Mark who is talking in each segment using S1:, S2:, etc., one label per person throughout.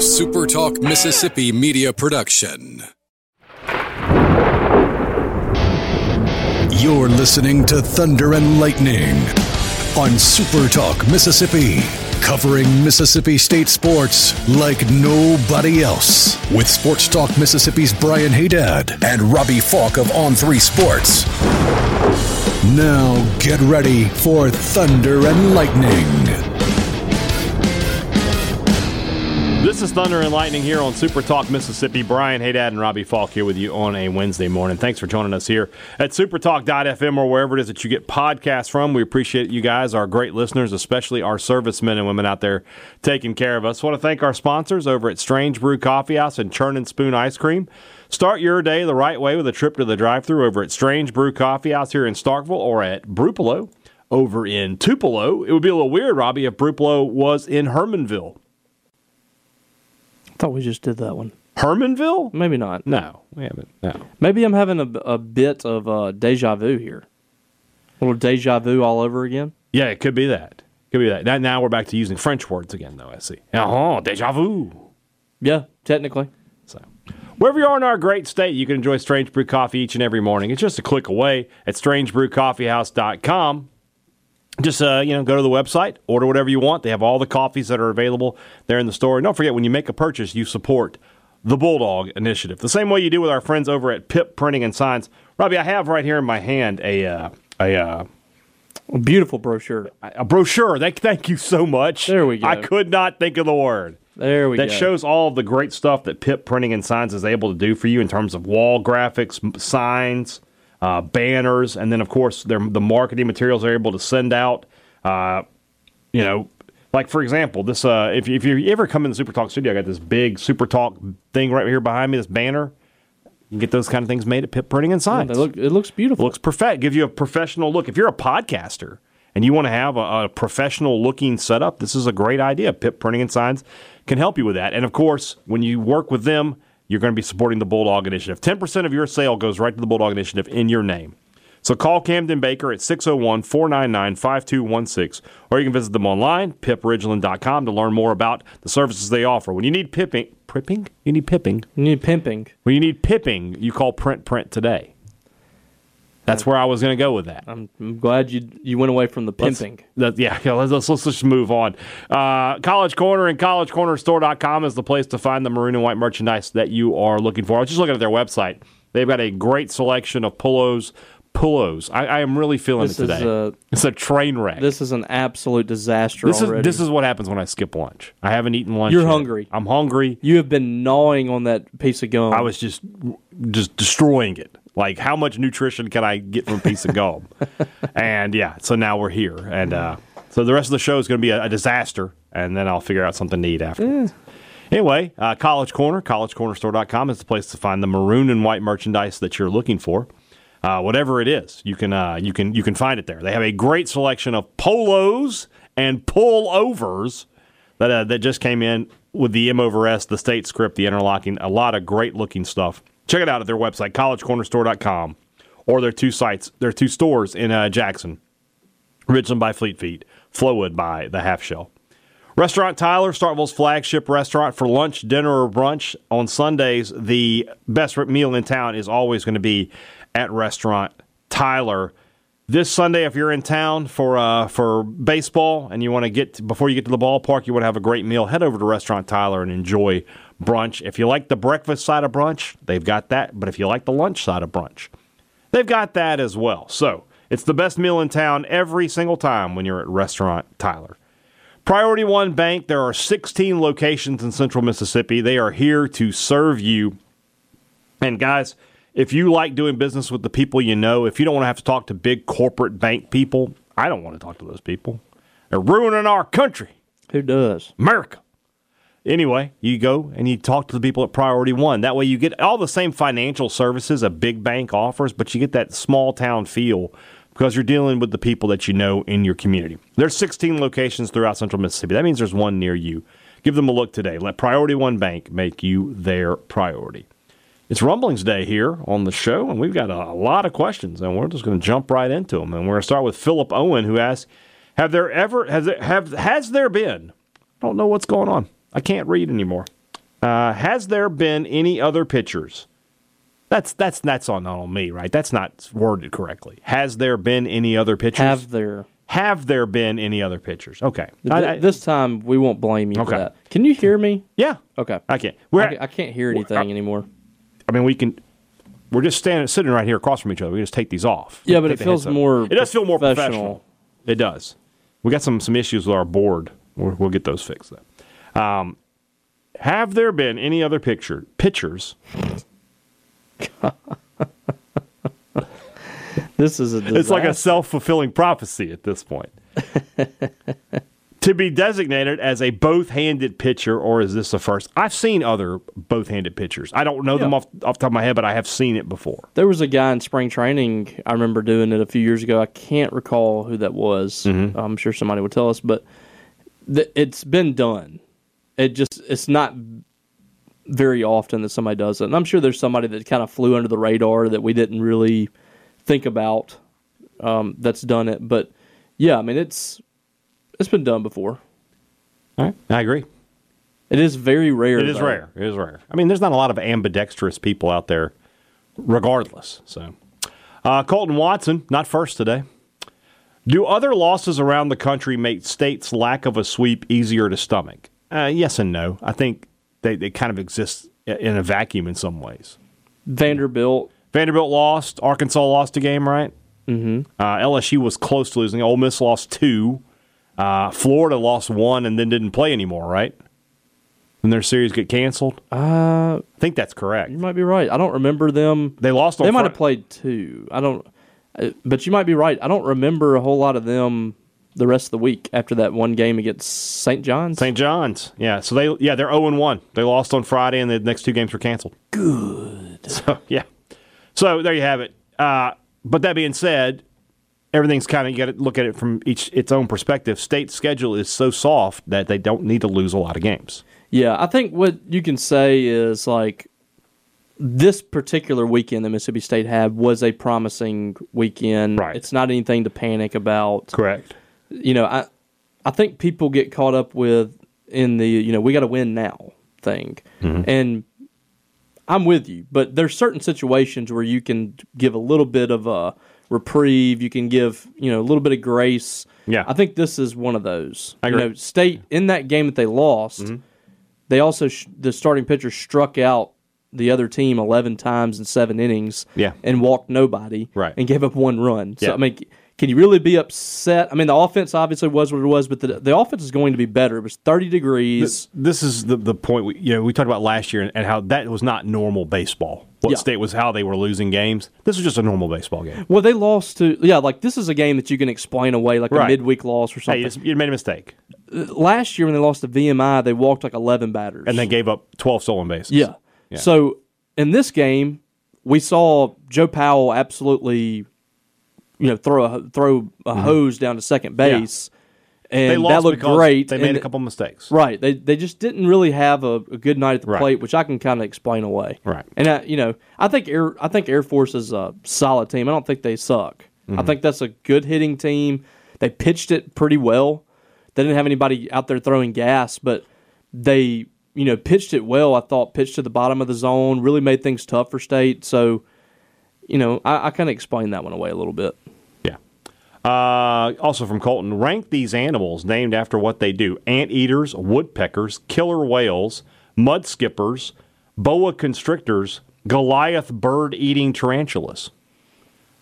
S1: SuperTalk Mississippi Media Production.
S2: You're listening to Thunder and Lightning on SuperTalk Mississippi, covering Mississippi State sports like nobody else. With Sports Talk Mississippi's Brian Haydad and Robbie Falk of On Three Sports. Now get ready for Thunder and Lightning.
S3: This is Thunder and Lightning here on Super Talk Mississippi. Brian Haydad and Robbie Falk here with you on a Wednesday morning. Thanks for joining us here at supertalk.fm or wherever it is that you get podcasts from. We appreciate you guys, our great listeners, especially our servicemen and women out there taking care of us. want to thank our sponsors over at Strange Brew Coffee House and Churn and Spoon Ice Cream. Start your day the right way with a trip to the drive thru over at Strange Brew Coffee House here in Starkville or at Brupolo over in Tupelo. It would be a little weird, Robbie, if Brupolo was in Hermanville.
S4: thought we just did that one.
S3: Hermanville?
S4: Maybe not.
S3: No, we haven't. No.
S4: Maybe I'm having a, a bit of uh, deja vu here. A little deja vu all over again.
S3: Yeah, it could be that. Could be that. Now, now we're back to using French words again, though. I see. Uh huh. Deja vu.
S4: Yeah, technically.
S3: So, wherever you are in our great state, you can enjoy Strange Brew Coffee each and every morning. It's just a click away at strangebrewcoffeehouse.com. Just uh, you know, go to the website, order whatever you want. They have all the coffees that are available there in the store. And don't forget, when you make a purchase, you support the Bulldog Initiative, the same way you do with our friends over at Pip Printing and Signs. Robbie, I have right here in my hand a uh, a uh,
S4: Beautiful brochure.
S3: a brochure. Thank, thank you so much.
S4: There we go.
S3: I could not think of the word.
S4: There we
S3: that
S4: go.
S3: shows all of the great stuff that Pip Printing and Signs is able to do for you in terms of wall graphics, m- signs, uh, banners, and then of course their, the marketing materials they're able to send out. Uh, you know, like for example, this uh, if you- if you ever come in the Super Talk studio, I got this big Super Talk thing right here behind me, this banner. You can get those kind of things made at Pip Printing and Signs
S4: They look, it looks beautiful.
S3: looks perfect. Gives you a professional look. If you're a podcaster and you want to have a, a professional looking setup, this is a great idea. Pip Printing and Signs can help you with that. And of course, when you work with them, you're going to be supporting the Bulldog Initiative. 10% of your sale goes right to the Bulldog Initiative in your name. So call Camden Baker at 601 499 5216, or you can visit them online, pipridgeland.com, to learn more about the services they offer. When you need pipping, pripping? You need pipping.
S4: You need pimping.
S3: When you need pipping, you call Print Print today. That's where I was going to go with that.
S4: I'm, I'm glad you you went away from the
S3: Let's-
S4: Uh, pimping.
S3: that- yeah, yeah, let's, let's, let's just move on. Uh, College Corner and collegecornerstore.com is the place to find the maroon and white merchandise that you are looking for. I was just looking at their website. They've got a great selection of pullos. Pullos. I, I am really feeling
S4: This
S3: it
S4: is
S3: today.
S4: a-
S3: it's a train wreck.
S4: This is an absolute disaster
S3: this is
S4: already.
S3: this is what happens when I skip lunch. I haven't eaten lunch.
S4: You're
S3: yet.
S4: hungry.
S3: I'm hungry.
S4: you have been gnawing on that piece of gum.
S3: I was just just destroying it. Like, how much nutrition can I get from a piece of gum? and yeah, so now we're here, and uh, so the rest of the show is going to be a, a disaster, and then I'll figure out something to eat afterwards. Anyway, uh, College Corner, collegecornerstore.com is the place to find the maroon and white merchandise that you're looking for. Uh, whatever it is, you can uh, you can you can find it there. They have a great selection of polos and pullovers that uh, that just came in with the M over S, the state script, the interlocking, a lot of great looking stuff. Check it out at their website, collegecornerstore.com, or their two sites, their two stores in uh, Jackson, Richland by Fleet Feet, Flowwood by the Half Shell. Restaurant Tyler, Starkville's flagship restaurant for lunch, dinner, or brunch on Sundays. The best meal in town is always going to be at Restaurant Tyler. This Sunday, if you're in town for uh, for baseball and you want to get before you get to the ballpark, you want to have a great meal. Head over to Restaurant Tyler and enjoy brunch. If you like the breakfast side of brunch, they've got that. But if you like the lunch side of brunch, They've got that as well. So it's the best meal in town every single time when you're at Restaurant Tyler. Priority One Bank, there are 16 locations in central Mississippi. They are here to serve you. And guys, if you like doing business with the people you know, if you don't want to have to talk to big corporate bank people, I don't want to talk to those people. They're ruining our country.
S4: Who does?
S3: America. Anyway, you go and you talk to the people at Priority One. That way, you get all the same financial services a big bank offers, but you get that small town feel because you're dealing with the people that you know in your community. There's 16 locations throughout Central Mississippi. That means there's one near you. Give them a look today. Let Priority One Bank make you their priority. It's Rumblings Day here on the show, and we've got a, a lot of questions, and we're just going to jump right into them. And we're going to start with Philip Owen, who asks, "Have there ever has there, have has there been? I don't know what's going on. I can't read anymore. Uh, has there been any other pitchers? That's that's that's on not on me, right? That's not worded correctly. Has there been any other pitchers?
S4: Have there?
S3: Have there been any other pitchers? Okay.
S4: Th-
S3: I- I-
S4: this time we won't blame you for
S3: Okay.
S4: that. Can you hear me?
S3: yeah.
S4: Okay.
S3: I can't. We're,
S4: Oh, I, I can't hear anything anymore.
S3: I mean, we can. We're just standing, sitting right here across from each other. We just take these off.
S4: Yeah, but
S3: Take
S4: it
S3: the
S4: feels
S3: headset.
S4: more
S3: It does feel more
S4: professional.
S3: professional. It does. We got some some issues with our board. We're, we'll get those fixed. Though. Um, have there been any other picture pitchers?
S4: This is a disaster.
S3: It's like a self fulfilling prophecy at this point. to be designated as a both handed pitcher, or is this the first? I've seen other both handed pitchers. I don't know them
S4: Yeah.
S3: off off the top of my head, but I have seen it before.
S4: There was a guy in spring training. I remember doing it a few years ago. I can't recall who that was.
S3: Mm-hmm.
S4: I'm sure somebody would tell us, but th- it's been done. It just it's not very often that somebody does it. And I'm sure there's somebody that kind of flew under the radar that we didn't really think about um, that's done it. But yeah, I mean it's it's been done before.
S3: All right. I agree.
S4: It is very rare.
S3: It is
S4: though.
S3: rare. It is rare. I mean, there's not a lot of ambidextrous people out there, regardless. So, uh, Colton Watson not first today. Do other losses around the country make states' lack of a sweep easier to stomach? Uh, yes and no. I think they, they kind of exist i- in a vacuum in some ways.
S4: Vanderbilt.
S3: Vanderbilt lost. Arkansas lost a game, right? Mm-hmm. Uh, LSU was close to losing. Ole Miss lost two. Uh, Florida lost one and then didn't play anymore, right? And their series get canceled. Uh, I think that's correct.
S4: You might be right. I don't remember them.
S3: They lost. On
S4: They might
S3: Fri-
S4: have played two. I don't, uh, but you might be right. I don't remember a whole lot of them the rest of the week after that one game against St. John's.
S3: St. John's. Yeah. So they yeah they're zero and one. They lost on Friday and the next two games were canceled. Good. So yeah. So there you have it. Uh, but that being said, everything's kind of you got to look at it from each its own perspective. State's schedule is so soft that they don't need to lose a lot of games.
S4: yeah, I think what you can say is like this particular weekend that Mississippi State had was a promising weekend.
S3: Right.
S4: It's not anything to panic about.
S3: Correct.
S4: you know, I I think people get caught up with in the you know we got to win now thing,
S3: Mm-hmm.
S4: and I'm with you. But there's certain situations where you can give a little bit of a reprieve. You can give you know a little bit of grace.
S3: Yeah.
S4: I think this is one of those.
S3: I
S4: you
S3: agree. Mm-hmm.
S4: know, State in that game that they lost, they also sh- the starting pitcher struck out the other team 11 times in seven innings
S3: Yeah.
S4: and walked nobody
S3: Right.
S4: and gave up one run. So
S3: Yeah.
S4: I mean, c- can you really be upset? I mean, the offense obviously was what it was, but the the offense is going to be better. It was thirty degrees.
S3: This is the the point we you know we talked about last year and, and how that was not normal baseball. What
S4: Yeah.
S3: state was how they were losing games. This was just a normal baseball game.
S4: well, they lost to yeah. Like this is a game that you can explain away, like a
S3: Right.
S4: midweek loss or
S3: Hey,
S4: something.
S3: you, you made a mistake
S4: Last year when they lost to VMI, they walked like eleven batters,
S3: and they gave up twelve stolen bases.
S4: yeah. So in this game, we saw Joe Powell absolutely, you know, throw a throw a hose down to second base, and
S3: Mm-hmm. they lost
S4: that looked
S3: because
S4: great.
S3: They made
S4: and
S3: a couple mistakes.
S4: Right. They they just didn't really have a, a good night at the
S3: Right.
S4: plate, which I can kind of explain away.
S3: Right.
S4: And I, you know, I think Air I think Air Force is a solid team. I don't think they suck.
S3: Mm-hmm.
S4: I think that's a good hitting team. They pitched it pretty well. They didn't have anybody out there throwing gas, but they you know pitched it well. I thought pitched to the bottom of the zone really made things tough for State. So, you know, I, I kind of explained that one away a little bit.
S3: Yeah. Uh, also from Colton, rank these animals named after what they do: anteaters, woodpeckers, killer whales, mud skippers, boa constrictors, Goliath bird-eating tarantulas.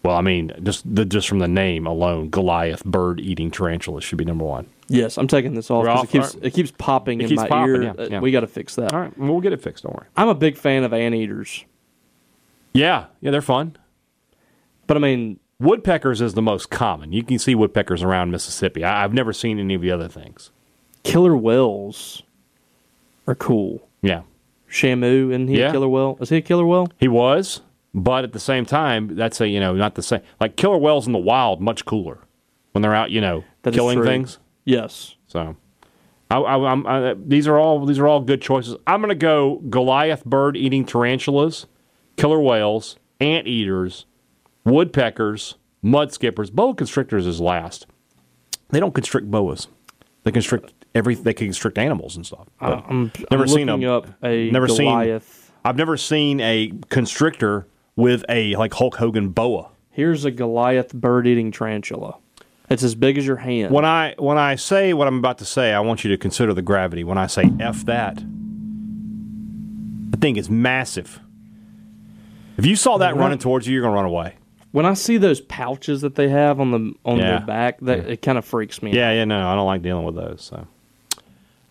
S3: Well, I mean, just the, just from the name alone, Goliath bird-eating tarantulas should be number one.
S4: Yes, I'm taking this off
S3: We're
S4: 'cause
S3: off,
S4: it keeps
S3: all right.
S4: it keeps popping
S3: It
S4: in
S3: keeps
S4: my
S3: popping,
S4: ear.
S3: yeah,
S4: Uh,
S3: yeah.
S4: We got to fix that.
S3: All right, we'll get it fixed. Don't worry.
S4: I'm a big fan of anteaters,
S3: Yeah, yeah, they're fun.
S4: but I mean,
S3: Woodpeckers is the most common. You can see woodpeckers around Mississippi. I, I've never seen any of the other things.
S4: killer whales are cool.
S3: Yeah,
S4: Shamu, isn't he
S3: Yeah.
S4: a killer whale? Is he a killer whale?
S3: He was, but at the same time, that's a you know not the same. Like killer whales in the wild, much cooler when they're out, you know,
S4: That is
S3: killing
S4: true.
S3: things.
S4: Yes.
S3: So, I, I, I'm, I, these are all these are all good choices. I'm gonna go Goliath bird eating tarantulas, killer whales, anteaters, woodpeckers, mud skippers, boa constrictors is last. They don't constrict boas; they constrict every they can constrict animals and stuff. But
S4: I'm,
S3: Oh. never
S4: I'm
S3: seen
S4: looking
S3: them.
S4: up a
S3: Never seen-
S4: Goliath.
S3: I've never seen a constrictor with a like Hulk Hogan boa.
S4: Here's a Goliath bird-eating tarantula. It's as big as your hand.
S3: When I when I say what I'm about to say, I want you to consider the gravity. When I say f that, the thing is massive. If you saw that running towards you, you're gonna run away.
S4: when I see those pouches that they have on the on
S3: Yeah.
S4: their back, that it kind of freaks me. out.
S3: Yeah, yeah, no, I don't like dealing with those. So,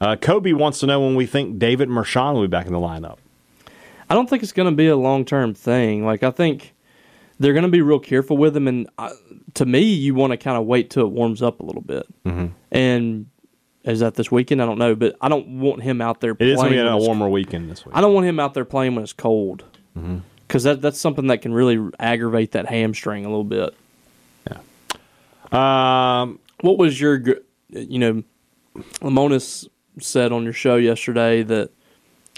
S3: uh, Kobe wants to know when we think David Mershon will be back in the lineup.
S4: I don't think it's going to be a long term thing. Like I think they're going to be real careful with him, and I, to me, you want to kind of wait till it warms up a little bit. Mm-hmm. And is that this weekend? I don't know, but I don't want him out there.
S3: It
S4: playing
S3: is gonna be
S4: when
S3: a
S4: it's-
S3: warmer weekend this week.
S4: I don't want him out there playing when it's cold,
S3: Mm-hmm.
S4: because that that's something that can really aggravate that hamstring a little bit.
S3: Um,
S4: What was your, gr- you know, Lamonis said on your show yesterday that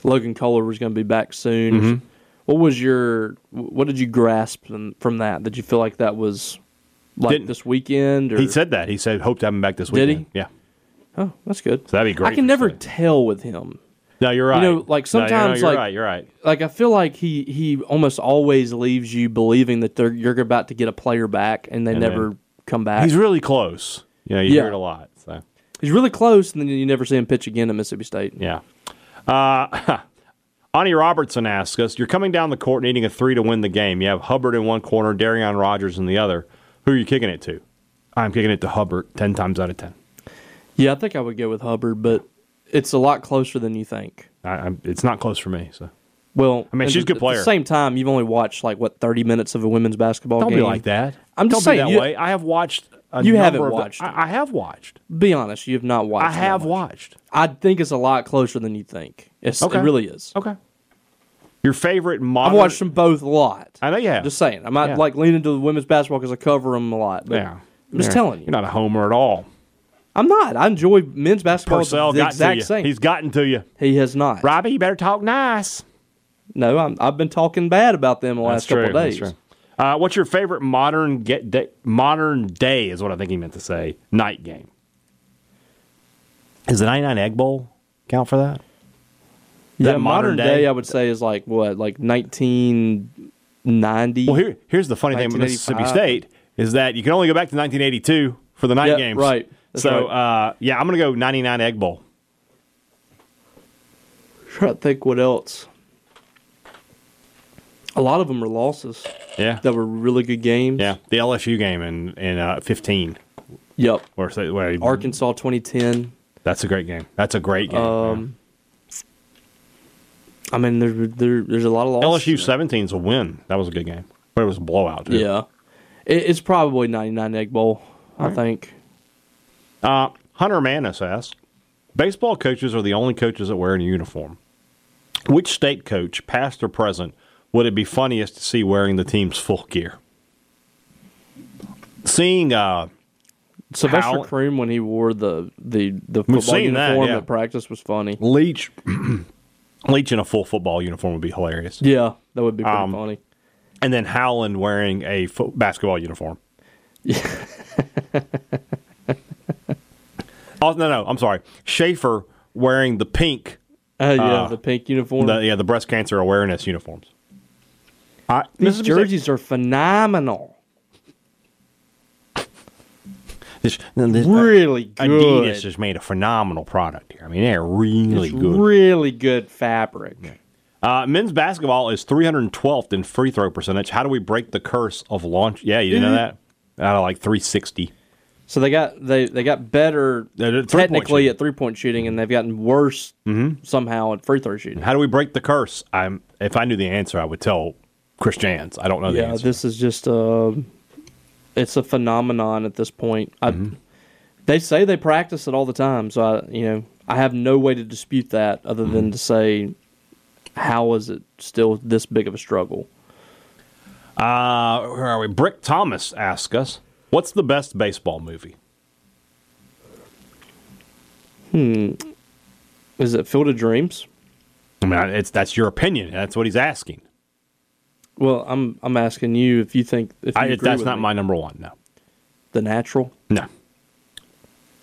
S4: Logan Kohler was going to be back soon.
S3: Mm-hmm.
S4: What was your, what did you grasp from, from that? Did you feel like that was like
S3: Didn't-
S4: this weekend? Or,
S3: he said that. He said hope to have him back this
S4: Did
S3: weekend.
S4: he?
S3: Yeah,
S4: oh, that's good.
S3: so that'd be great.
S4: I can
S3: for
S4: never
S3: Sunday.
S4: tell with him.
S3: no, you're right.
S4: know, like,
S3: No, you're- no,
S4: sometimes,
S3: you're
S4: like-
S3: right. You're right.
S4: Like I feel like he he almost always leaves you believing that they're, you're about to get a player back, and they
S3: And
S4: never
S3: then-
S4: come back.
S3: He's really close. You know, you
S4: Yeah.
S3: hear it a lot. So
S4: He's really close, and then you never see him pitch again at Mississippi State.
S3: yeah. Uh, Ani Robertson asks us: You're coming down the court needing a three to win the game. You have Hubbard in one corner, Darion Rogers in the other. Who are you kicking it to? I'm kicking it to Hubbard ten times out of ten.
S4: Yeah, I think I would go with Hubbard, but it's a lot closer than you think.
S3: I, I'm, it's not close for me. So
S4: Well,
S3: I mean,
S4: at
S3: she's a
S4: the-
S3: good player.
S4: At the same time, you've only watched like what thirty minutes of a women's basketball
S3: don't
S4: game.
S3: be like that.
S4: I'm just
S3: don't
S4: saying,
S3: be that
S4: you-
S3: way. I have watched. A
S4: You
S3: number
S4: haven't
S3: of the-
S4: watched
S3: I, I have watched.
S4: Be honest, you have not watched.
S3: I have
S4: that much.
S3: watched.
S4: I think it's a lot closer than you think. It's,
S3: Okay.
S4: It really is.
S3: Okay. Your favorite
S4: I've
S3: modern?
S4: watched them both a lot.
S3: I know you have.
S4: Just saying, I'm not
S3: Yeah.
S4: like leaning to the women's basketball because I cover them a lot. But
S3: yeah.
S4: I'm just
S3: Yeah.
S4: telling you,
S3: You're not a homer at all.
S4: I'm not. I enjoy men's basketball
S3: Purcell
S4: the
S3: got to
S4: exact
S3: you.
S4: same.
S3: He's gotten to you.
S4: he has not.
S3: Robbie, you better talk nice.
S4: No, I'm, I've been talking bad about them the last couple days.
S3: Uh, what's your favorite modern get day, modern day is what I think he meant to say night game. Is the ninety nine egg bowl count for that?
S4: Yeah,
S3: That
S4: modern,
S3: modern
S4: day,
S3: day?
S4: I would say is like what, like nineteen ninety.
S3: Well, here here's the funny thing about Mississippi
S4: 1985.
S3: State is that you can only go back to nineteen eighty two for the night
S4: Yeah,
S3: games.
S4: right. That's
S3: So Uh, yeah, I'm gonna go ninety nine egg bowl.
S4: trying to think what else. A lot of them are losses
S3: Yeah.
S4: that were really good games.
S3: yeah. The LSU game in in uh, fifteen.
S4: Yep.
S3: Or say, well,
S4: Arkansas twenty ten.
S3: that's a great game. That's a great game.
S4: Um, I mean, there, there, there's a lot of losses.
S3: LSU 17's a win. That was a good game, but it was a blowout. Too.
S4: Yeah, it, it's probably ninety nine egg bowl. I think.
S3: Uh, Hunter Manis asks, baseball coaches are the only coaches that wear a uniform. Which state coach, past or present, would it be funniest to see wearing the team's full gear? Seeing, uh,
S4: Sylvester
S3: How-
S4: Croom when he wore the the the
S3: We've
S4: football
S3: seen that,
S4: uniform
S3: yeah.
S4: at practice was funny.
S3: Leach, Leach in a full football uniform would be hilarious.
S4: Yeah, that would be pretty
S3: Um,
S4: funny.
S3: And then Howland wearing a fo- basketball uniform. oh, no, no, I'm sorry. Schaefer wearing the pink
S4: Uh, yeah,
S3: uh,
S4: the pink uniform.
S3: The, yeah, the breast cancer awareness uniforms. I,
S4: These jerseys are phenomenal. Really good.
S3: uh, Adidas has made a phenomenal product here. I mean, they're really
S4: It's
S3: good.
S4: really good fabric.
S3: uh, men's basketball is 312th in free throw percentage. How do we break the curse of launch? Yeah, you know
S4: Mm-hmm.
S3: that? Out of like 360.
S4: So they got they, they got better
S3: At- at three-point
S4: technically
S3: shooting. Mm-hmm.
S4: at three point shooting, and they've gotten worse somehow at free throw shooting.
S3: How do we break the curse? I'm. If I knew the answer, I would tell Chris Jans. I don't know the
S4: Yeah,
S3: answer.
S4: this is just a it's a phenomenon at this point. I,
S3: Mm-hmm.
S4: They say they practice it all the time, so I you know I have no way to dispute that other
S3: Mm-hmm.
S4: than to say how is it still this big of a struggle?
S3: Uh, where are we? Brick Thomas asks us, "What's the best baseball movie?"
S4: Is it Field of Dreams?
S3: I mean, it's that's your opinion. That's what he's asking.
S4: Well, I'm I'm asking you if you think if you
S3: I,
S4: agree
S3: that's
S4: with
S3: not
S4: me.
S3: my number one. No,
S4: the natural.
S3: no.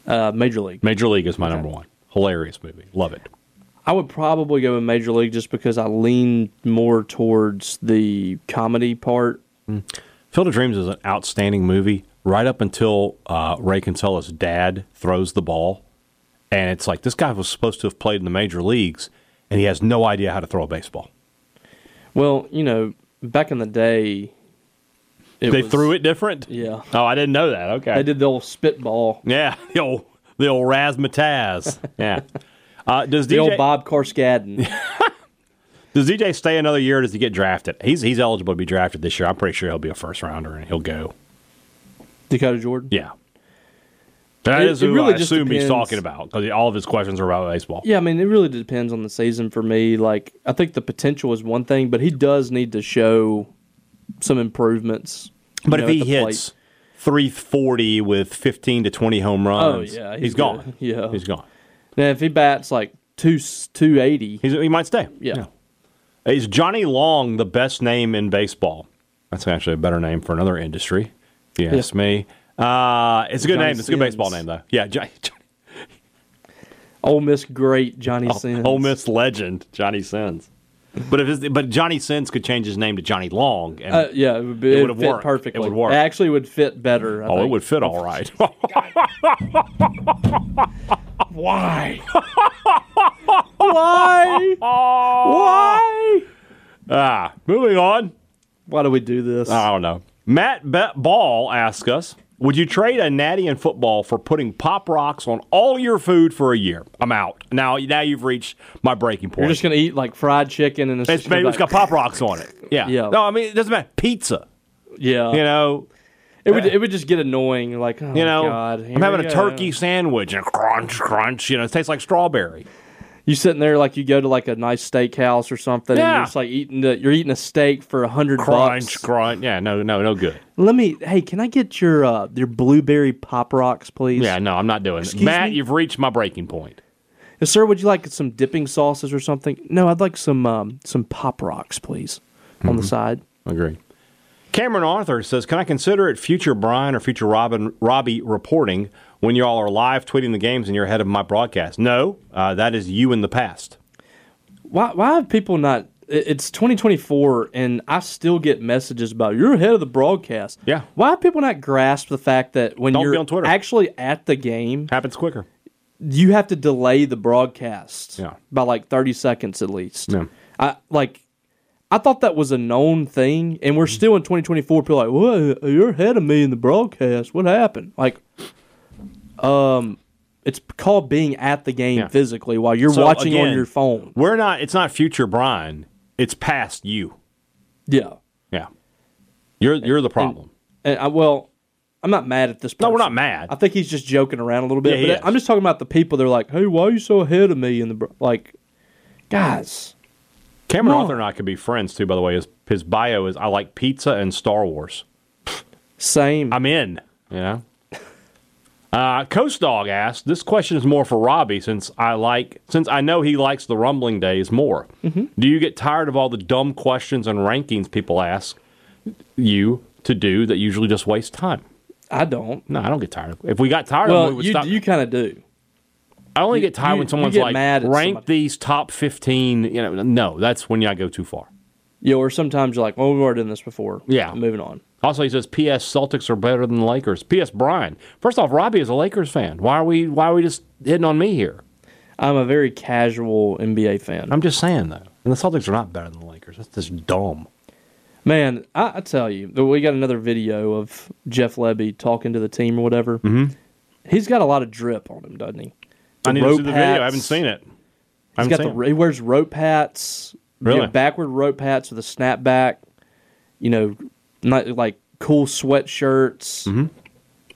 S4: Uh, Major League.
S3: Major League is my number one. Hilarious movie. Love it.
S4: I would probably go with Major League just because I lean more towards the comedy part.
S3: Field of Dreams is an outstanding movie right up until uh, Ray Kinsella's dad throws the ball. And it's like this guy was supposed to have played in the major leagues, and he has no idea how to throw a baseball.
S4: Well, you know, back in the day, it
S3: they
S4: was-
S3: threw it different?
S4: Yeah.
S3: Oh, I didn't know that. Okay.
S4: They did the old spitball,
S3: Yeah. The old, the old razzmatazz. yeah. Uh, does,
S4: the
S3: DJ,
S4: old Bob Karskadin.
S3: does DJ stay another year or does he get drafted? He's, he's eligible to be drafted this year. I'm pretty sure he'll be a first rounder and he'll go.
S4: Dakota Jordan.
S3: Yeah. That
S4: It-
S3: is
S4: it
S3: who
S4: really
S3: I
S4: just
S3: assume he's
S4: depends.
S3: talking about because all of his questions are about baseball.
S4: Yeah, I mean, it really depends on the season for me. Like, I think the potential is one thing, but he does need to show some improvements. you
S3: But
S4: know,
S3: if
S4: at
S3: he
S4: the plate. Oh,
S3: hits 340 with 15 to 20 home runs,
S4: yeah,
S3: he's
S4: he's
S3: gone.
S4: good. Yeah.
S3: He's gone.
S4: now if he bats like two two eighty,
S3: He's, he might stay.
S4: yeah,
S3: Is Johnny Long the best name in baseball? That's actually a better name for another industry, if you ask me. Uh, it's a good
S4: Johnny
S3: name. It's a good
S4: Sins.
S3: baseball name, though. Yeah. Johnny, Johnny,
S4: Ole Miss great Johnny Sins.
S3: Oh, Ole Miss legend, Johnny Sins. But if his, but Johnny Sins could change his name to Johnny Long. And,
S4: Uh, yeah, it would, be,
S3: It
S4: it
S3: would've
S4: would fit
S3: worked. It
S4: perfectly.
S3: would work.
S4: It actually would fit better. I
S3: oh, it
S4: think.
S3: would fit all right.
S4: Why? Why? Why?
S3: ah, moving on.
S4: Why do we do this?
S3: I don't know. Matt Be- Ball asks us, would you trade a natty in football for putting pop rocks on all your food for a year? I'm out. Now, now you've reached my breaking point.
S4: You're just gonna eat like fried chicken and it's,
S3: it's,
S4: just gonna
S3: maybe it's
S4: be like-
S3: got pop rocks on it. Yeah.
S4: Yeah. Uh,
S3: No, I mean it doesn't matter. Pizza.
S4: yeah.
S3: You know.
S4: it would it would just get annoying. Like oh
S3: You know.
S4: God, here
S3: I'm having
S4: we
S3: a
S4: go.
S3: turkey sandwich and crunch, crunch. You know, it tastes like strawberry.
S4: You sitting there like you go to like a nice steakhouse or something. and
S3: Yeah.
S4: you're just like eating the you're eating a steak for a hundred
S3: Crunch,
S4: bucks.
S3: crunch. Yeah. No, no, no good.
S4: Let me. Hey, can I get your uh your blueberry pop rocks, please?
S3: Yeah. No, I'm not doing it.
S4: Excuse
S3: Matt,
S4: me?
S3: you've reached my breaking point.
S4: Yes, sir, would you like some dipping sauces or something? No, I'd like some um, some pop rocks, please, on the
S3: Mm-hmm.
S4: side.
S3: Agree. Cameron Arthur says, "Can I consider it future Brian or future Robin Robbie reporting when y'all are live tweeting the games and you're ahead of my broadcast?" No, uh, that is you in the past.
S4: Why why have people not? it- It's 2024, and I still get messages about you're ahead of the broadcast.
S3: Yeah.
S4: Why have people not grasp the fact that when
S3: Don't be
S4: you're
S3: on Twitter.
S4: actually at the game,
S3: Happens quicker.
S4: you have to delay the broadcast
S3: Yeah.
S4: by like 30 seconds at least.
S3: Yeah.
S4: I like I thought that was a known thing and we're still in 2024 people are like, "What? You're ahead of me in the broadcast. What happened?" Like um it's called being at the game
S3: Yeah.
S4: physically while you're
S3: So,
S4: watching on
S3: again,
S4: your phone.
S3: We're not. It's not future Brian. It's past you.
S4: Yeah.
S3: Yeah, you're you're the problem.
S4: And I well, I'm not mad at this person.
S3: No, we're not mad.
S4: I think he's just joking around a little bit.
S3: Yeah, he
S4: but
S3: is.
S4: I'm just talking about the people. They're like, "Hey, why are you so ahead of me?" In the bro-? like, guys,
S3: Cameron
S4: No.
S3: Arthur and I could be friends too. By the way, his his bio is I like pizza and Star Wars.
S4: same.
S3: I'm in. You know. Uh, Coast Dog asked, "This question is more for Robbie, since I like, since I know he likes the rumbling days more.
S4: Mm-hmm.
S3: Do you get tired of all the dumb questions and rankings people ask you to do that usually just waste time?
S4: I don't.
S3: No, I don't get tired. of If we got tired of them, we
S4: Well,
S3: would
S4: you,
S3: stop.
S4: you kind of do.
S3: I only get tired
S4: you-
S3: when
S4: you
S3: someone's
S4: get
S3: like,
S4: mad at
S3: rank
S4: somebody."
S3: these top fifteen. You know, no, that's when I go too far.
S4: Yeah, or sometimes you're like, well, we've already done this before.
S3: Yeah.
S4: Moving on.
S3: Also, he says, "P.S. Celtics are better than the Lakers." P.S. Brian, first off, Robbie is a Lakers fan. Why are we? Why are we just hitting on me here?
S4: I'm a very casual NBA fan.
S3: I'm just saying though, and the Celtics are not better than the Lakers. That's just dumb.
S4: Man, I, I tell you, th- we got another video of Jeff Levy talking to the team or whatever. Mm-hmm. He's got a lot of drip on him, doesn't he?
S3: I need to
S4: rope
S3: see the video.
S4: hats.
S3: I haven't seen it. I haven't
S4: He's got
S3: seen
S4: the,
S3: it.
S4: he wears rope hats, you know,
S3: Really?
S4: backward rope hats with a snapback, you know, not, like cool sweatshirts. Mm-hmm.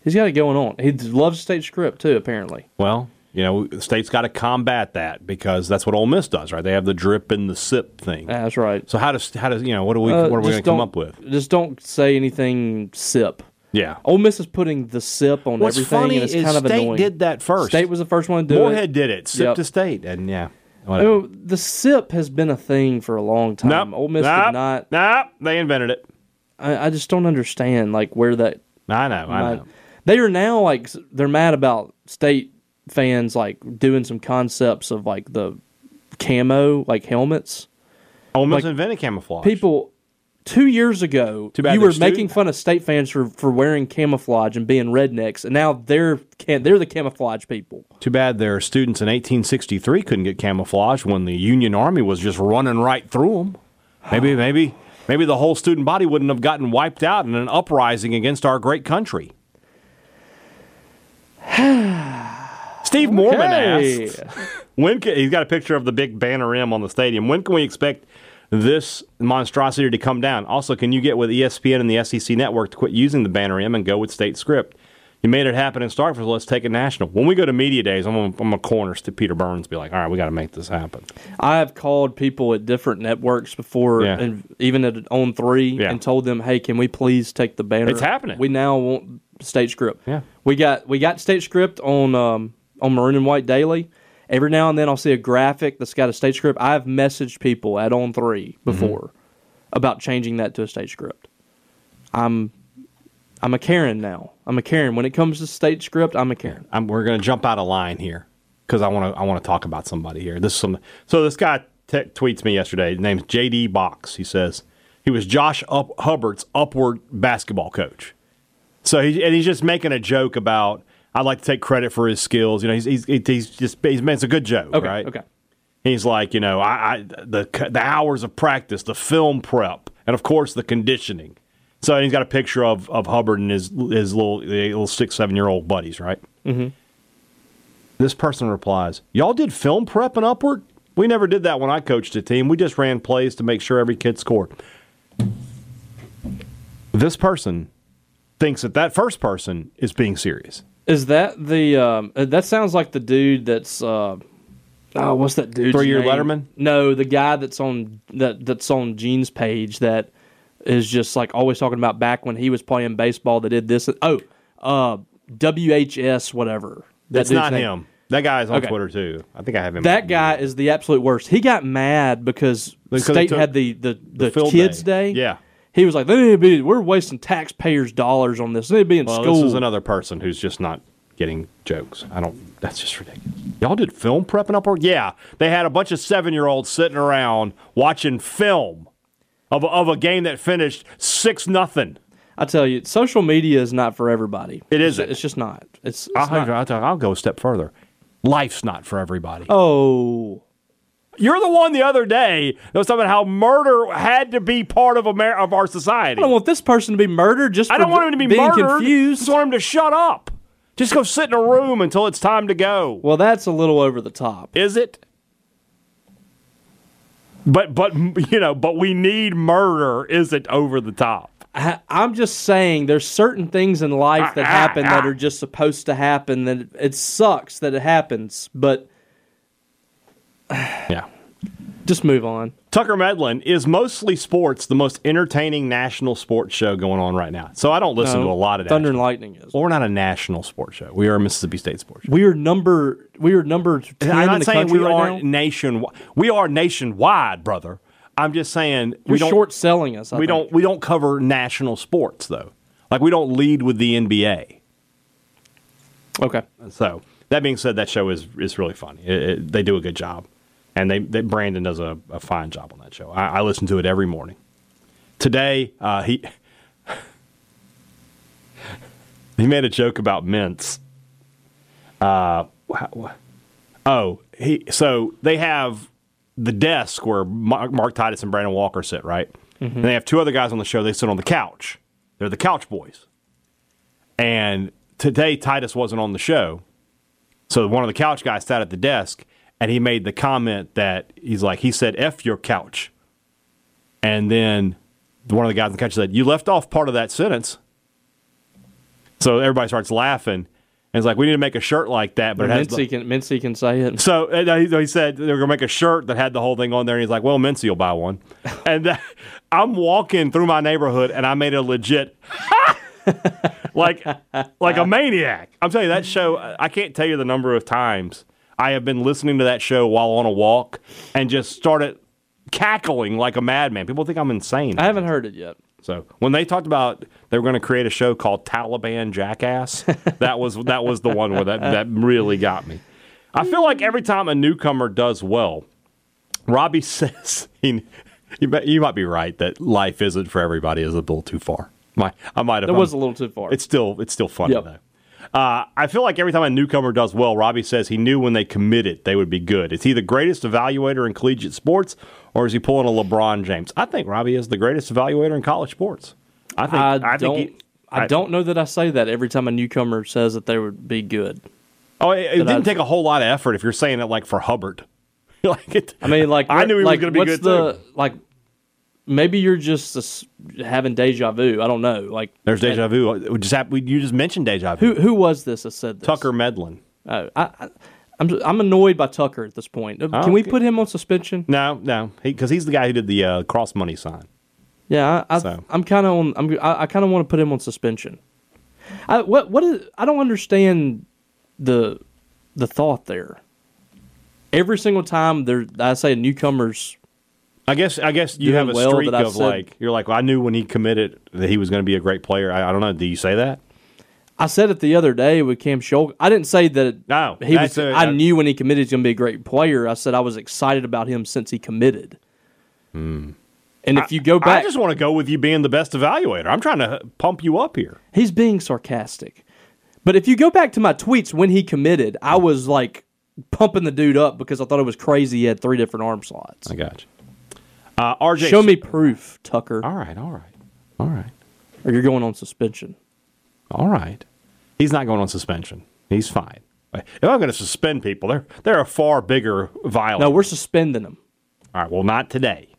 S4: He's got it going on. He loves state script too, apparently.
S3: Well, you know, the state's got to combat that because that's what Ole Miss does, right? They have the drip and the sip thing.
S4: Yeah, That's right.
S3: so how does how does you know what are we
S4: Uh,
S3: what are we
S4: just
S3: going to come
S4: don't-
S3: up with?
S4: Just don't say anything sip.
S3: Yeah.
S4: Ole Miss is putting the sip on
S3: What's
S4: everything,
S3: funny
S4: and it's
S3: is
S4: kind of
S3: State
S4: annoying.
S3: did that first.
S4: State was the first one to do
S3: Moorhead
S4: it.
S3: did it. Sip
S4: Yep.
S3: to state, and yeah.
S4: I
S3: Whatever.
S4: mean, the sip has been a thing for a long time. Um, Ole Miss
S3: nope,
S4: did not.
S3: Nope. They invented it.
S4: I, I just don't understand like where that.
S3: I know. I
S4: might-
S3: know.
S4: they are now like s- they're mad about state fans like doing some concepts of like the camo like helmets.
S3: Almost
S4: Like,
S3: invented camouflage.
S4: People two years ago
S3: Too bad
S4: you were
S3: they're
S4: making
S3: student-
S4: fun of state fans for, for wearing camouflage and being rednecks, and now they're can they're the camouflage people.
S3: Too bad their students in 1863 couldn't get camouflage when the Union Army was just running right through them. Maybe, maybe, maybe the whole student body wouldn't have gotten wiped out in an uprising against our great country. Steve Mormon
S4: Okay.
S3: asked, "When can, he's got a picture of the big banner M on the stadium? When can we expect this monstrosity to come down? Also, can you get with E ESPN and the SEC network to quit using the banner M and go with state script? You made it happen in Starkville. Let's take it national. When we go to media days, I'm gonna, I'm gonna corner St- Peter Burns. Be like, all right, we got to make this happen.
S4: I have called people at different networks before,
S3: Yeah.
S4: and even at on three,
S3: Yeah.
S4: and told them, "Hey, can we please take the banner?
S3: It's happening.
S4: We now want state script.
S3: Yeah.
S4: we got we got state script on um, on Maroon and White Daily. Every now and then, I'll see a graphic that's got a state script. I've messaged people at on three
S3: Mm-hmm.
S4: before about changing that to a state script. I'm I'm a Karen now. I'm a Karen when it comes to state script. I'm a Karen.
S3: I'm, we're gonna jump out of line here because I want to I want to talk about somebody here. This is some so this guy te- tweets me yesterday. His name's JD Box. He says he was Josh up- Hubbard's upward basketball coach. So he and he's just making a joke about I'd like to take credit for his skills. You know, he's he's, he's just he's, it's a good joke,
S4: Okay,
S3: right?
S4: okay.
S3: He's like, you know, I, I the the hours of practice, the film prep, and of course the conditioning. So he's got a picture of, of Hubbard and his his little the little six seven year old buddies, right? Mm-hmm. This person replies, "Y'all did film prep and upward? We never did that when I coached a team. We just ran plays to make sure every kid scored." This person thinks that that first person is being serious.
S4: Is that the? Um, uh, that sounds like the dude that's. Uh, oh, what's that dude?
S3: Three-year Letterman?
S4: No, the guy that's on that that's on Gene's page that is just like always talking about back when he was playing baseball. They did this. Oh, uh, WHS whatever. That
S3: That's not
S4: dude's name.
S3: him. That guy's on
S4: Okay.
S3: Twitter too. I think I have him.
S4: That guy is the absolute worst. He got mad because
S3: Because they
S4: state
S3: took
S4: had the the, the,
S3: field
S4: kids
S3: day.
S4: day.
S3: Yeah.
S4: He was like, they need to be. We're wasting taxpayers' dollars on this. They need to be in
S3: Well,
S4: school.
S3: Oh, this is another person who's just not getting jokes. I don't. That's just ridiculous. Y'all did film prepping up, or yeah, they had a bunch of seven-year-olds sitting around watching film of a, of a game that finished six nothing.
S4: I tell you, social media is not for everybody.
S3: It
S4: It's-
S3: isn't. Uh-huh.
S4: It's just not. It's, it's
S3: I'll,
S4: not.
S3: I'll, I'll go a step further. Life's not for everybody.
S4: Oh,
S3: Uh, You're the one the other day that was talking about how murder had to be part of Amer- of our society.
S4: I don't want this person to be murdered just
S3: I don't
S4: for
S3: want him to be
S4: being
S3: murdered. I
S4: confused.
S3: just want him to shut up. Just go sit in a room until it's time to go.
S4: Well, that's a little over the top.
S3: Is it? But but you know, but we need murder. Is it over the top?
S4: I, I'm just saying there's certain things in life that happen that are just supposed to happen that it, it sucks that it happens, but
S3: Yeah.
S4: just move on.
S3: Tucker Medlin is mostly sports, the most entertaining national sports show going on right now. So I don't listen
S4: No,
S3: to a lot of
S4: Um, Thunder and
S3: national-
S4: Lightning is.
S3: Well, we're not a national sports show. We are a Mississippi State sports show.
S4: We are number we are number 10
S3: I'm
S4: in
S3: not
S4: the
S3: saying
S4: country
S3: we
S4: right
S3: aren't
S4: now.
S3: nationwide. We are nationwide, brother. I'm just saying we
S4: You're
S3: don't
S4: short selling us. I
S3: we
S4: think.
S3: don't we don't cover national sports though. Like we don't lead with the NBA.
S4: Okay.
S3: So that being said, that show is is really funny. It, it, they do a good job, and they, they Brandon does a, a fine job on that show. I, I listen to it every morning. Today uh, he he made a joke about mints. Uh, wha- wha- oh, he so they have the desk where Mark, Mark Titus and Brandon Walker sit, right? And they have two other guys on the show. They sit on the couch. They're the couch boys. And today Titus wasn't on the show. So one of the couch guys sat at the desk and he made the comment that he's like, he said, F your couch. And then one of the guys on the couch said, You left off part of that sentence. So everybody starts laughing. And it's like, We need to make a shirt like that, but it has.
S4: Mincy can Mincy can say it.
S3: So and he, he said they were going to make a shirt that had the whole thing on there. And he's like, well, Mincy will buy one. And that, I'm walking through my neighborhood and I made a legit, like, like a maniac. I'm telling you, that show, I can't tell you the number of times I have been listening to that show while on a walk and just started cackling like a madman. People think I'm insane.
S4: I haven't heard it yet.
S3: So when they talked about they were going to create a show called Taliban Jackass, that was that was the one where that, that really got me. I feel like every time a newcomer does well, Robbie says he, you, bet- you might be right that life isn't for everybody is a little too far. My, I might have
S4: That was a little too far.
S3: It's still it's still funny
S4: Yep.
S3: though. Uh, I feel like every time a newcomer does well, Robbie says he knew when they committed they would be good. Is he the greatest evaluator in collegiate sports, or is he pulling a LeBron James? I think Robbie is the greatest evaluator in college sports. I think.
S4: I,
S3: I,
S4: don't.
S3: Think he-
S4: I, don't know that I say that every time a newcomer says that they would be good.
S3: Oh, it, it didn't
S4: I-
S3: take a whole lot of effort if you're saying it like for Hubbard. like it,
S4: I mean, like
S3: I knew he
S4: like,
S3: was going to be good
S4: what's the,
S3: too.
S4: Like maybe you're just s- having deja vu. I don't know. Like
S3: There's deja vu. It just hap- we- you just mentioned deja vu.
S4: Who who was this that said this?
S3: Tucker Medlin.
S4: Oh, I, I, I'm I'm annoyed by Tucker at this point. Uh, Can we
S3: Oh, okay.
S4: put him on suspension?
S3: No, no, because he's the guy who did the uh, cross money sign.
S4: Yeah, I, I,
S3: So.
S4: I'm kind of on. I'm, I, I kind of want to put him on suspension. I what what is? I don't understand the the thought there. Every single time there, I say newcomers.
S3: I guess I guess you
S4: Doing
S3: have a
S4: well
S3: streak
S4: that I've
S3: of
S4: said-
S3: like you're like well, I knew when he committed that he was going to be a great player. I, I don't know. Do you say that?
S4: I said it the other day with Cam Scholz. I didn't say that.
S3: No,
S4: he
S3: that's
S4: was.
S3: a- uh,
S4: I knew when he committed, he's going to be a great player. I said I was excited about him since he committed. And if you go
S3: Hmm. I
S4: back,
S3: just want to go with you being the best evaluator. I'm trying to pump you up here.
S4: He's being sarcastic. But if you go back to my tweets when he committed, I was like pumping the dude up because I thought it was crazy he had three different arm slots.
S3: I got you. Uh, RJ,
S4: Show me proof, Tucker,
S3: All right, all right, all right,
S4: or you're going on suspension.
S3: all right. He's not going on suspension. He's fine. If I'm going to suspend people, they're they're a far bigger violence.
S4: No, we're suspending him.
S3: all right. Well, not today.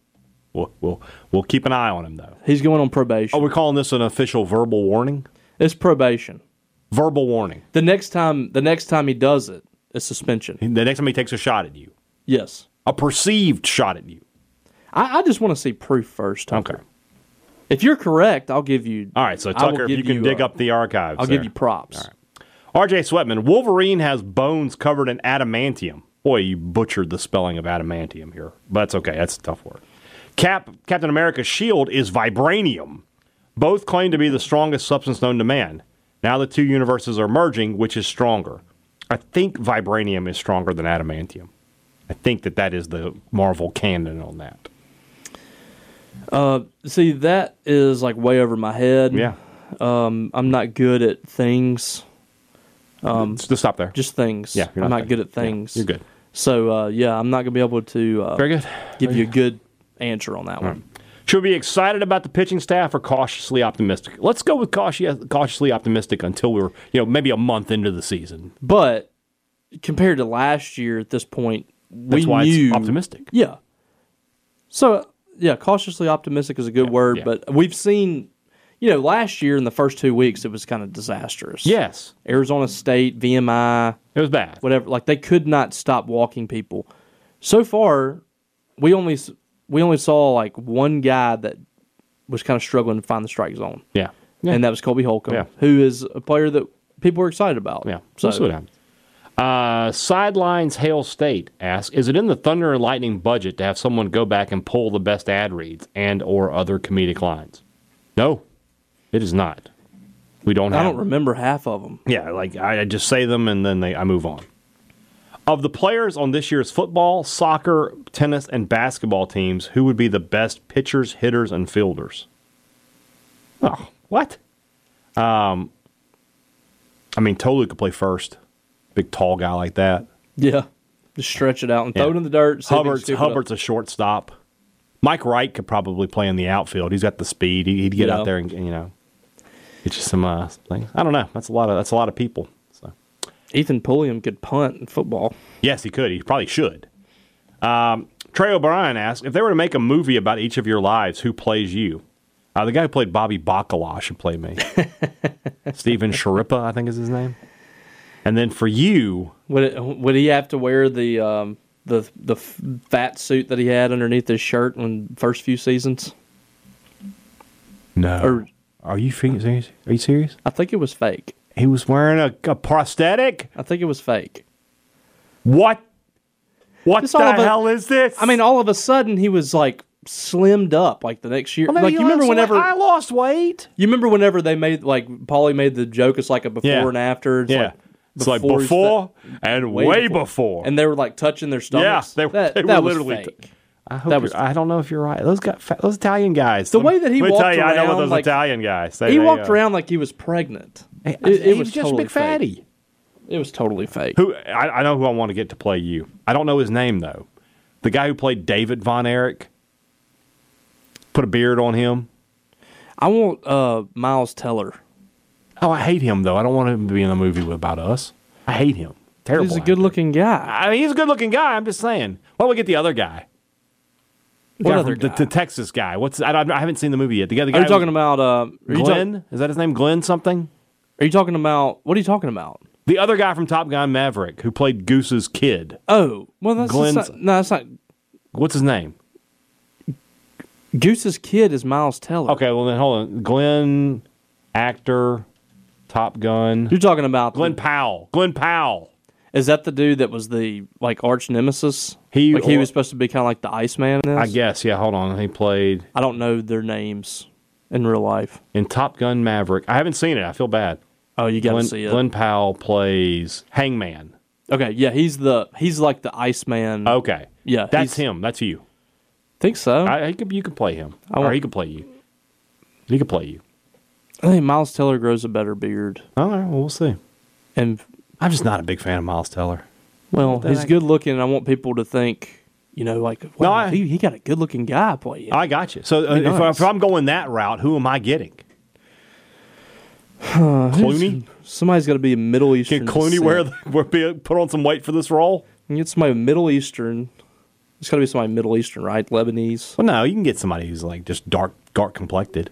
S3: We'll we'll we'll keep an eye on him though.
S4: He's going on probation.
S3: Are we calling this an official verbal warning?
S4: It's probation.
S3: Verbal warning.
S4: The next time the next time he does it, it's suspension.
S3: The next time he takes a shot at you,
S4: Yes.
S3: a perceived shot at you.
S4: I, I just want to see proof first, Tucker. If you're correct, I'll give you
S3: All right. So
S4: I will
S3: Tucker, if
S4: give
S3: you can dig
S4: uh,
S3: up the archives,
S4: I'll
S3: there.
S4: give you props.
S3: R.J. Sweatman. Wolverine has bones covered in adamantium. Boy, you butchered the spelling of adamantium here, but that's okay. That's a tough word. Cap Captain America's shield is vibranium. Both claim to be the strongest substance known to man. Now the two universes are merging, which is stronger. I think vibranium is stronger than adamantium. I think that that is the Marvel canon on that.
S4: See, that is like way over my head.
S3: Yeah.
S4: I'm not good at things.
S3: Just stop there.
S4: Um, just things.
S3: Yeah, you're
S4: I'm
S3: not
S4: not
S3: thinking.
S4: good at
S3: Yeah,
S4: things.
S3: you're good.
S4: So uh, yeah, I'm not gonna be able to uh,
S3: Very good.
S4: give you a good answer on that one.
S3: Should we be excited about the pitching staff or cautiously optimistic? Let's go with cautious, cautiously optimistic until we're, you know, maybe a month into the season.
S4: But compared to last year, at this point,
S3: That's
S4: we
S3: why
S4: knew
S3: it's optimistic.
S4: Yeah. So uh, yeah, cautiously optimistic is a good word,
S3: yeah.
S4: but we've seen, you know, last year in the first two weeks it was kind of disastrous.
S3: Yes,
S4: Arizona State, VMI,
S3: it was bad.
S4: whatever. Like they could not stop walking people. So far, we only s- we only saw like one guy that was kind of struggling to find the strike zone,
S3: Yeah, yeah,
S4: and that was Colby Holcomb,
S3: Yeah.
S4: who is a player that people are excited about.
S3: yeah. So
S4: So
S3: slow down. Uh, sidelines. Hale State asks: Is it in the Thunder and Lightning budget to have someone go back and pull the best ad reads and or other comedic lines? No, it is not. We don't.
S4: I
S3: have
S4: don't
S3: them.
S4: remember half of them.
S3: Yeah, like I I just say them and then they, I move on. Of the players on this year's football, soccer, tennis, and basketball teams, who would be the best pitchers, hitters, and fielders? Oh, what? Um, I mean, Tolu could play first. Big tall guy like that.
S4: Yeah, just stretch it out and throw it in the dirt. see if you can
S3: Hubbard's
S4: scoop it up.
S3: Hubbard's a shortstop. Mike Wright could probably play in the outfield. He's got the speed. He- He'd get
S4: Yeah.
S3: out there and you know, it's just some uh, things. I don't know. That's a lot of that's a lot of people. So.
S4: Ethan Pulliam could punt in football.
S3: Yes, he could. He probably should. Um, Trey O'Brien asked if they were to make a movie about each of your lives, who plays you? Uh, the guy who played Bobby Bacala should play me. Stephen Sharippa, I think is his name. And then for you,
S4: Would it, would he have to wear the um, the the f- fat suit that he had underneath his shirt when first few seasons?
S3: no.
S4: Or-
S3: are you fe- serious? Are you serious?
S4: I think it was fake.
S3: He was wearing a, a prosthetic.
S4: I think it was fake.
S3: What? What
S4: It's
S3: the
S4: all of a-
S3: hell is this?
S4: I mean, all of a sudden he was like slimmed up like the next year.
S3: Well, maybe
S4: like
S3: he
S4: you remember
S3: lost weight.
S4: whenever
S3: I lost weight.
S4: you remember whenever they made like Paulie made the joke. It's like a before
S3: Yeah.
S4: and after. It's
S3: yeah.
S4: like
S3: it's like
S4: before is that-
S3: before and way, before.
S4: and they were like touching their stomachs.
S3: they were-
S4: that,
S3: they were
S4: that was
S3: literally
S4: fake.
S3: I hope
S4: That
S3: you're-
S4: was-
S3: I don't know if you're right. Those guy, fa- those Italian guys. The
S4: way that he walked
S3: tell you, I know
S4: around,
S3: about those
S4: like-
S3: Italian guys. They-
S4: he
S3: they,
S4: walked
S3: uh,
S4: around like he was pregnant.
S3: He,
S4: it, it
S3: he
S4: was
S3: was just a
S4: totally
S3: big fatty.
S4: Fake. It was totally fake.
S3: Who I, I know who I want to get to play you. I don't know his name though. The guy who played David Von Erich put a beard on him.
S4: I want uh, Miles Teller.
S3: Oh, I hate him though. I don't want him to be in a movie about us. I hate him. Terrible.
S4: He's a
S3: actor.
S4: good-looking guy.
S3: I mean, he's a good-looking guy. I'm just saying. Why don't we get the other guy? The
S4: What
S3: guy
S4: other
S3: from- the-
S4: guy?
S3: The, Texas guy. What's I, don't- I haven't seen the movie yet. The guy. The guy
S4: Are you talking
S3: who-
S4: about? Uh, are, you talk-
S3: Glenn? Is that his name? Glenn something?
S4: are you talking about? What are you talking about?
S3: The other guy from Top Gun Maverick who played Goose's kid.
S4: Oh, well, that's that's
S3: Glenn's-
S4: not, no, that's not.
S3: What's his name?
S4: Goose's kid is Miles Teller.
S3: Okay, well then hold on. Glenn, actor, Top Gun.
S4: You're talking about
S3: Glenn Powell. Glenn Powell.
S4: Is that the dude that was the like arch nemesis?
S3: He-
S4: like he
S3: or-
S4: was supposed to be kind of like the Iceman. In this?
S3: I guess. Yeah, hold on. He played
S4: I don't know their names in real life.
S3: in Top Gun Maverick. I haven't seen it. I feel bad.
S4: Oh, you gotta
S3: Glenn,
S4: see it.
S3: Glenn Powell plays Hangman.
S4: Okay, yeah, he's the he's like the Iceman. I
S3: Okay.
S4: Yeah,
S3: Oh, That's
S4: he's-
S3: him. That's you.
S4: think so. I,
S3: I, he could, you could play him.
S4: I
S3: or
S4: want-
S3: he could play you. He could play you.
S4: think Miles Teller grows a better beard,
S3: All right. Well, we'll see.
S4: and
S3: I'm just not a big fan of Miles Teller.
S4: well, he's
S3: heck?
S4: good looking. and I want people to think, you know, like wow,
S3: I-
S4: he, he got a good looking guy playing.
S3: I got you. So uh, if, I,
S4: nice.
S3: if I'm going that route, who am I getting? Clooney?
S4: Somebody's got to be a Middle Eastern.
S3: Can Clooney wear, the, wear be, put on some weight for this role?
S4: You get somebody Middle Eastern. It's got to be somebody Middle Eastern, right? Lebanese.
S3: Well, no, you can get somebody who's like just dark, dark complected.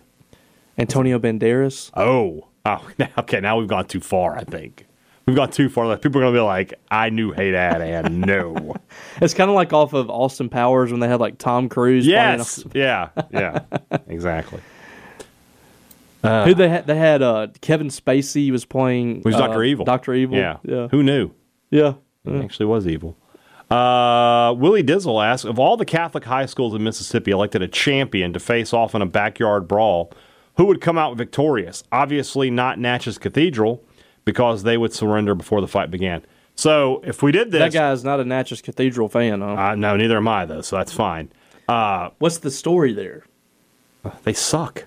S4: Antonio Banderas.
S3: Oh, oh, now, okay. Now we've gone too far. I think we've gone too far. Like people are gonna be like, "I knew Hey Dad," and no.
S4: It's kind of like off of Austin Powers when they had like Tom Cruise. playing-
S3: yes, yeah, yeah, exactly.
S4: Who they had? They had uh, Kevin Spacey was playing.
S3: Who's
S4: uh,
S3: Doctor Evil?
S4: Doctor Evil.
S3: Yeah.
S4: Yeah.
S3: Who knew?
S4: yeah.
S3: It actually was evil. Uh, Willie Dizzle asks Of all the Catholic high schools in Mississippi elected a champion to face off in a backyard brawl, who would come out victorious? Obviously, not Natchez Cathedral because they would surrender before the fight began. So, if we did
S4: That
S3: this,
S4: guy's not a Natchez Cathedral fan, huh?
S3: uh, no, neither am I, though, so that's fine.
S4: What's the story there?
S3: They suck.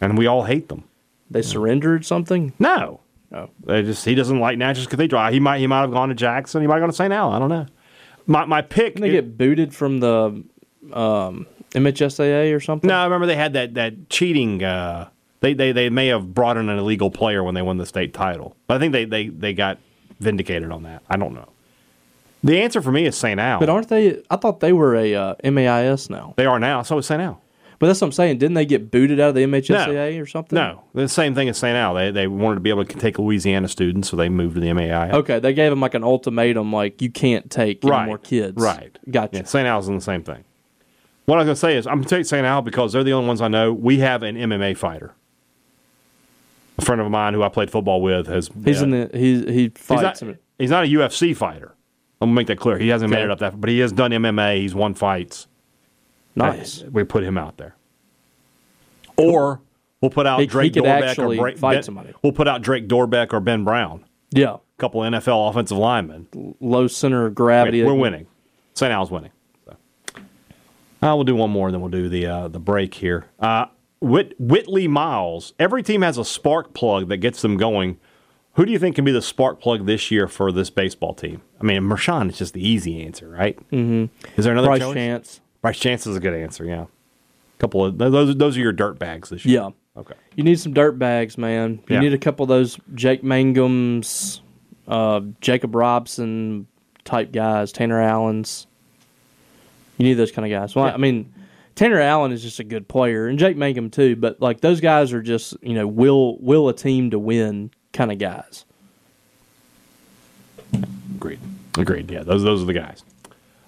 S3: And we all hate them.
S4: They surrendered something?
S3: No.
S4: No.
S3: They just he doesn't like Natchez Cathedral. He might he might have gone to Jackson. He might have gone to St. Al. I don't know. My my pick
S4: Didn't they get booted from the um, MHSAA or something?
S3: No, I remember they had that that cheating. Uh, they they they may have brought in an illegal player when they won the state title. But I think they they they got vindicated on that. I don't know. The answer for me is St. Al.
S4: But aren't they? I thought they were a uh, MAIS now.
S3: they are now. So is St. Al.
S4: But that's what I'm saying. Didn't they get booted out of the MHSAA or something?
S3: No, the same thing as St. Al. They they wanted to be able to take Louisiana students, so they moved to the MAI.
S4: Okay, they gave him like an ultimatum, like you can't take any
S3: right.
S4: Oh, more kids.
S3: Right.
S4: Gotcha.
S3: Yeah, St. Al's in the same thing. What I was going to say is I'm going to take St. Al because they're the only ones I know. We have an MMA fighter. A friend of mine who I played football with has
S4: He's
S3: uh,
S4: in the he he
S3: He's
S4: fights.
S3: not, he's not a UFC fighter. I'm gonna make that clear. He hasn't made
S4: Okay.
S3: it up that, but he has done MMA. He's won fights.
S4: nice.
S3: We put him out there, or we'll put out
S4: He- he
S3: Drake
S4: could
S3: Dorbeck or
S4: actually
S3: Bra-
S4: fight
S3: Ben-
S4: somebody.
S3: We'll put out Drake Dorbeck or Ben Brown,
S4: Yeah.
S3: a couple NFL offensive linemen.
S4: Low center of gravity.
S3: We're winning. St. Al's winning. So. Uh, we'll do one more, and then we'll do the uh, the break here. Uh, Whit- Whitley Miles. Every team has a spark plug that gets them going. Who do you think can be the spark plug this year for this baseball team? I mean, Mershon is just the easy answer, right? Mm-hmm. Is there another
S4: Price
S3: choice?
S4: chance.
S3: Bryce Chance is a good answer. Yeah, couple of th- those. Those are your dirt bags this year.
S4: Yeah.
S3: Okay.
S4: You need some dirt bags, man. You
S3: Yeah.
S4: need a couple of those Jake Mangums, uh, Jacob Robson type guys, Tanner Allen's. You need those kind of guys. Well, I mean, Tanner Allen is just a good player, and Jake Mangum too. But like those guys are just you know will will a team to win kind of guys.
S3: Agreed. Agreed. Yeah, those those are the guys.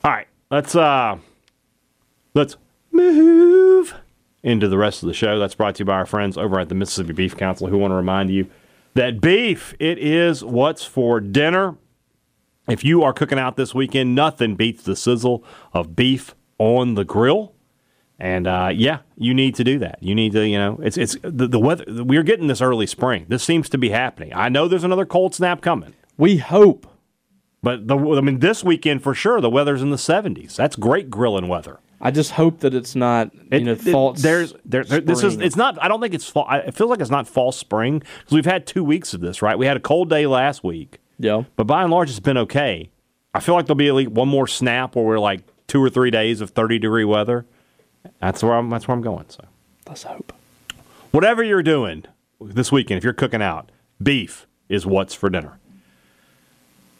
S3: All right, let's uh, let's move into the rest of the show. That's brought to you by our friends over at the Mississippi Beef Council, who want to remind you that beef it is what's for dinner. If you are cooking out this weekend, nothing beats the sizzle of beef on the grill. And uh, yeah, you need to do that. You need to, you know, it's it's the, the weather. We're getting this early spring. This seems to be happening. I know there's another cold snap coming,
S4: We hope.
S3: but the I mean, this weekend for sure, the weather's in the 70s. That's great grilling weather.
S4: I just hope that it's not you
S3: It-
S4: know
S3: it-
S4: false.
S3: There's there, there- this is
S4: spring.
S3: it's not. I don't think it's. Fall, I- it feels like it's not false spring because we've had two weeks of this. Right, we had a cold day last week,
S4: yeah.
S3: but by and large, it's been okay. I feel like there'll be at least one more snap where we're like two or three days of 30 degree weather. That's where I'm. That's where I'm going. So
S4: Let's hope.
S3: whatever you're doing this weekend, if you're cooking out, beef is what's for dinner.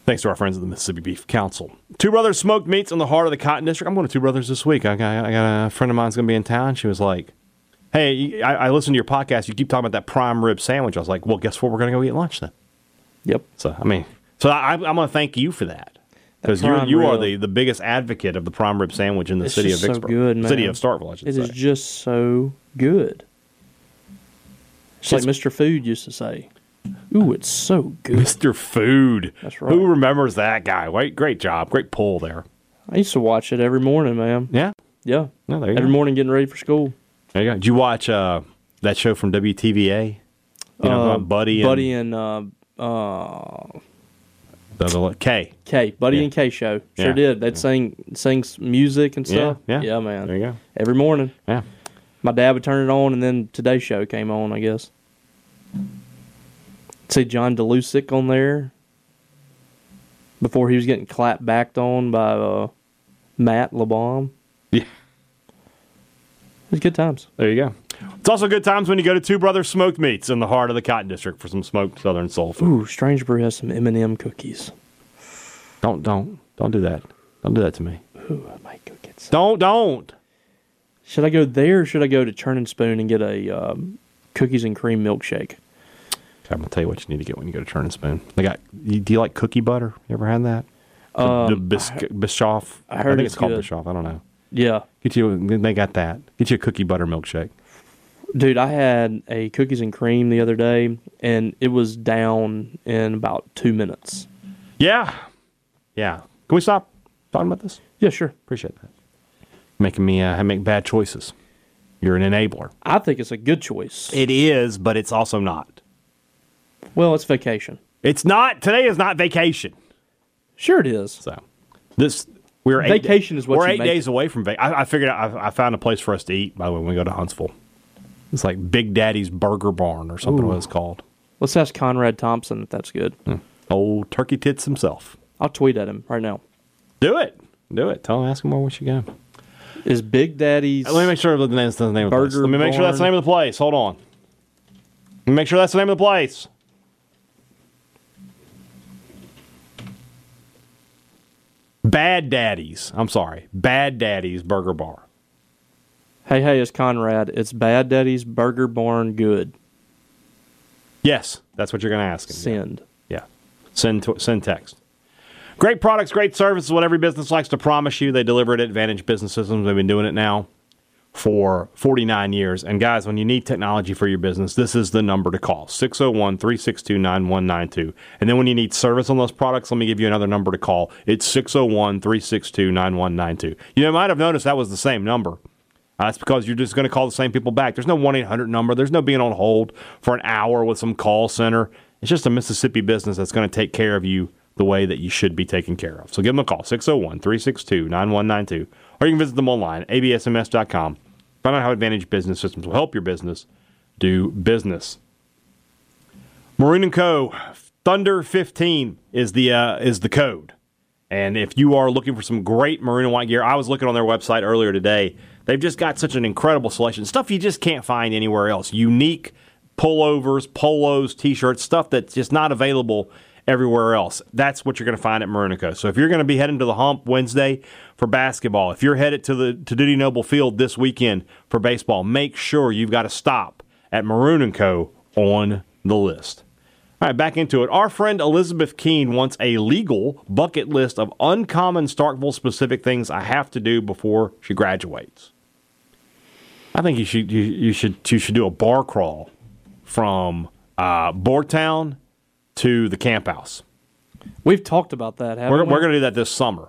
S3: Thanks to our friends at the Mississippi Beef Council. Two Brothers Smoked Meats in the heart of the Cotton District. I'm going to Two Brothers this week. I got, I got a friend of mine's going to be in town. She was like, Hey, I, I listened to your podcast. You keep talking about that prime rib sandwich. I was like, Well, guess what? We're going to go eat lunch then.
S4: Yep.
S3: So, I mean, so I, I'm going to thank you for that. Because
S4: That
S3: you
S4: prime
S3: you are
S4: rib.
S3: the, the biggest advocate of the prime rib sandwich in the
S4: It's
S3: city of
S4: just so
S3: Vicksburg.
S4: good,
S3: City
S4: man.
S3: of Starkville, I should
S4: It
S3: say.
S4: is just so good. It's like Mr. Food used to say. Ooh, it's so good.
S3: Mr. Food.
S4: That's right.
S3: Who remembers that guy? Wait, great job. Great pull there.
S4: I used to watch it every morning, man.
S3: Yeah.
S4: Yeah.
S3: No, there you
S4: Every
S3: go.
S4: morning getting ready for school.
S3: There you go. Did you watch uh, that show from WTVA? You know,
S4: Uh,
S3: about Buddy and
S4: Buddy and uh,
S3: the other- Kay.
S4: K. Buddy
S3: Yeah.
S4: and K show. Sure
S3: Yeah.
S4: did. They'd sing sing s- music and stuff.
S3: Yeah, yeah.
S4: man.
S3: There you go.
S4: Every morning.
S3: Yeah.
S4: My dad would turn it on and then today's show came on, I guess. See John DeLusick on there. Before he was getting clapped backed on by uh, Matt LeBom. It
S3: Yeah.
S4: was good times.
S3: There you go. It's also good times when you go to Two Brothers Smoked Meats in the heart of the Cotton District for some smoked Southern soul food.
S4: Ooh, Strange Brew has some M&M cookies.
S3: Don't, don't, don't do that. Don't do that to me.
S4: Ooh, I might go get some.
S3: Don't, don't.
S4: Should I go there or should I go to Churn and Spoon and get a um, cookies and cream milkshake?
S3: Okay, I'm gonna tell you what you need to get when you go to Turn and Spoon. They got. You, do you like cookie butter? You ever had that? The, the Bis- Bischoff.
S4: Um, I heard
S3: think
S4: it's
S3: it's called
S4: good.
S3: Bischoff. I don't know.
S4: Yeah.
S3: Get you. They got that. Get you a cookie butter milkshake.
S4: Dude, I had a cookies and cream the other day, and it was down in about two minutes.
S3: Yeah, yeah. Can we stop talking about this?
S4: Yeah, sure.
S3: Appreciate that. Making me uh, make bad choices. You're an enabler.
S4: I think it's a good choice.
S3: It is, but it's also not.
S4: well, it's vacation.
S3: It's not. Today is not vacation.
S4: Sure, it is.
S3: So this we're eight
S4: Vacation is what
S3: we're
S4: you
S3: eight
S4: make
S3: days away from vacation. I, I figured out. I, I found a place for us to eat. By the way, when we go to Huntsville, it's like Big Daddy's Burger Barn or something. What it's called?
S4: Let's ask Conrad Thompson if that's good.
S3: Hmm. Old Turkey Tits himself.
S4: I'll tweet at him right now.
S3: Do it. Do it. Tell him. Ask him where we should go.
S4: Is Big Daddy's?
S3: Let me make sure that that's the name of the place.
S4: Burger
S3: Let me make sure that's the
S4: Barn.
S3: name of the place. Hold on. Let me make sure that's the name of the place. Bad Daddy's. I'm sorry. Bad Daddy's Burger Bar.
S4: Hey, hey, it's Conrad. It's Bad Daddy's Burger Barn. Good
S3: Yes, that's what you're going to ask him.
S4: send.
S3: Yeah. Send to, send text. Great products, great services, what every business likes to promise you. They deliver it at Advantage Business Systems. They've been doing it now for 49 years. And guys, when you need technology for your business, this is the number to call 601 362 9192. And then when you need service on those products, let me give you another number to call. It's 601 362 9192. You might have noticed that was the same number. Uh, That's because you're just going to call the same people back. There's no 1 800 number. There's no being on hold for an hour with some call center. It's just a Mississippi business that's going to take care of you the way that you should be taken care of. So give them a call, 601 362 9192, or you can visit them online, absms.com. Find out how Advantage Business Systems will help your business do business. Marine and Co. Thunder 15 is the uh, is the code. And if you are looking for some great maroon and white gear, I was looking on their website earlier today. They've just got such an incredible selection. Stuff you just can't find anywhere else. Unique pullovers, polos, t-shirts, stuff that's just not available everywhere else. That's what you're going to find at Marinico. So if you're going to be heading to the hump Wednesday for basketball, if you're headed to the to Duty Noble Field this weekend for baseball, make sure you've got a stop at Maroon and Co on the list. All right, back into it. Our friend Elizabeth Keene wants a legal bucket list of uncommon Starkville specific things I have to do before she graduates. I think you should you, you should you should do a bar crawl from uh, Bortown to the camp house.
S4: We've talked about that, haven't
S3: We're,
S4: we?
S3: we're going to do that this summer.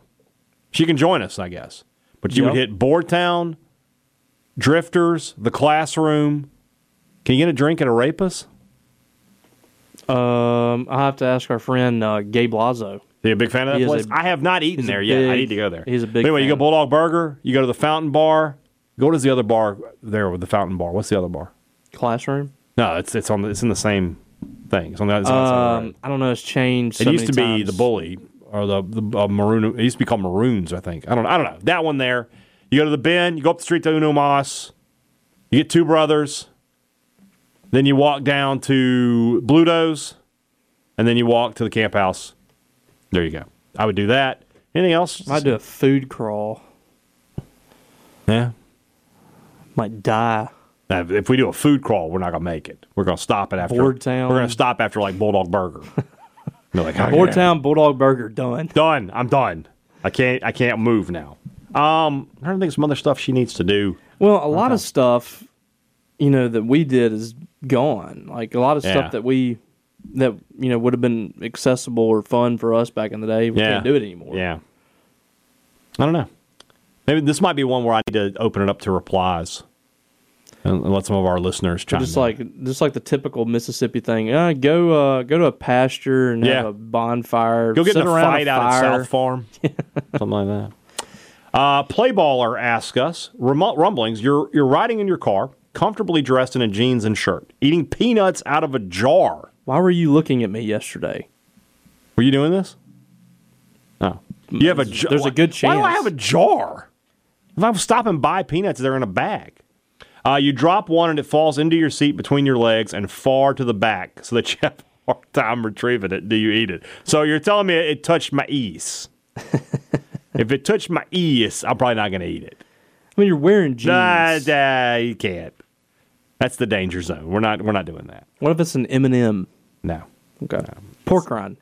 S3: She can join us, I guess. But you would
S4: Yep.
S3: hit Bortown drifters, the classroom. Can you get a drink at a rapist?
S4: Um, I have to ask our friend uh, Gabe Lazo.
S3: Are you a big fan of that
S4: He is
S3: place?
S4: a-
S3: I have not eaten
S4: he's
S3: there
S4: a
S3: yet. I
S4: big-
S3: need to go there.
S4: he's a big
S3: But Anyway, you go
S4: fan.
S3: Bulldog Burger. You go to the Fountain Bar. Go to the other bar there with the Fountain Bar. What's the other bar?
S4: Classroom.
S3: No, it's it's on the, it's in the same thing. It's on the other side. of the
S4: Um,
S3: road.
S4: I don't know. It's changed.
S3: It
S4: so
S3: used to
S4: many
S3: be
S4: times.
S3: the Bully or the the uh, Maroon. It used to be called Maroons, I think. I don't I don't know that one there. You go to the bin. You go up the street to Uno Mas. You get two brothers. Then you walk down to Bluto's, and then you walk to the camp house. There you go. I would do that. Anything else?
S4: Might do a food crawl.
S3: Yeah.
S4: Might die.
S3: Now, if- if we do a food crawl, we're not gonna make it. We're gonna stop it after
S4: Board Town.
S3: We're gonna stop after like Bulldog Burger. You're like, "Oh, yeah."
S4: Boardtown Bulldog Burger done.
S3: done. I'm done. I can't. I can't move now. Um, I don't think some other stuff she needs to do.
S4: Well, a lot of stuff, you know, that we did is gone. Like a lot of
S3: Yeah.
S4: stuff that we that you know would have been accessible or fun for us back in the day. We
S3: Yeah.
S4: can't do it anymore.
S3: Yeah. I don't know. Maybe this might be one where I need to open it up to replies and and let some of our listeners chime
S4: Just
S3: in.
S4: like just like the typical Mississippi thing. Uh, go uh, go to a pasture and have
S3: Yeah.
S4: a bonfire.
S3: go get
S4: sit
S3: in a
S4: around
S3: fight out at
S4: fire.
S3: South Farm, something like that. Uh, Playballer asks us remote rumblings. You're you're riding in your car, comfortably dressed in a jeans and shirt, eating peanuts out of a jar.
S4: Why were you looking at me yesterday?
S3: Were you doing this? No. You have a jar.
S4: Mm, There's a good
S3: Why do I
S4: chance.
S3: have a jar? If I'm stopping by peanuts, they're in a bag. Uh, you drop one and it falls into your seat between your legs and far to the back so that you have a hard time retrieving it. Do you eat it? So you're telling me it touched my ears. if it touched my ears, I'm probably not going to eat it.
S4: I mean, you're wearing
S3: Nah,
S4: jeans.
S3: nah, you can't. That's the danger zone. We're not. We're not doing that.
S4: What if it's an M and M?
S3: No.
S4: Okay, pork rind.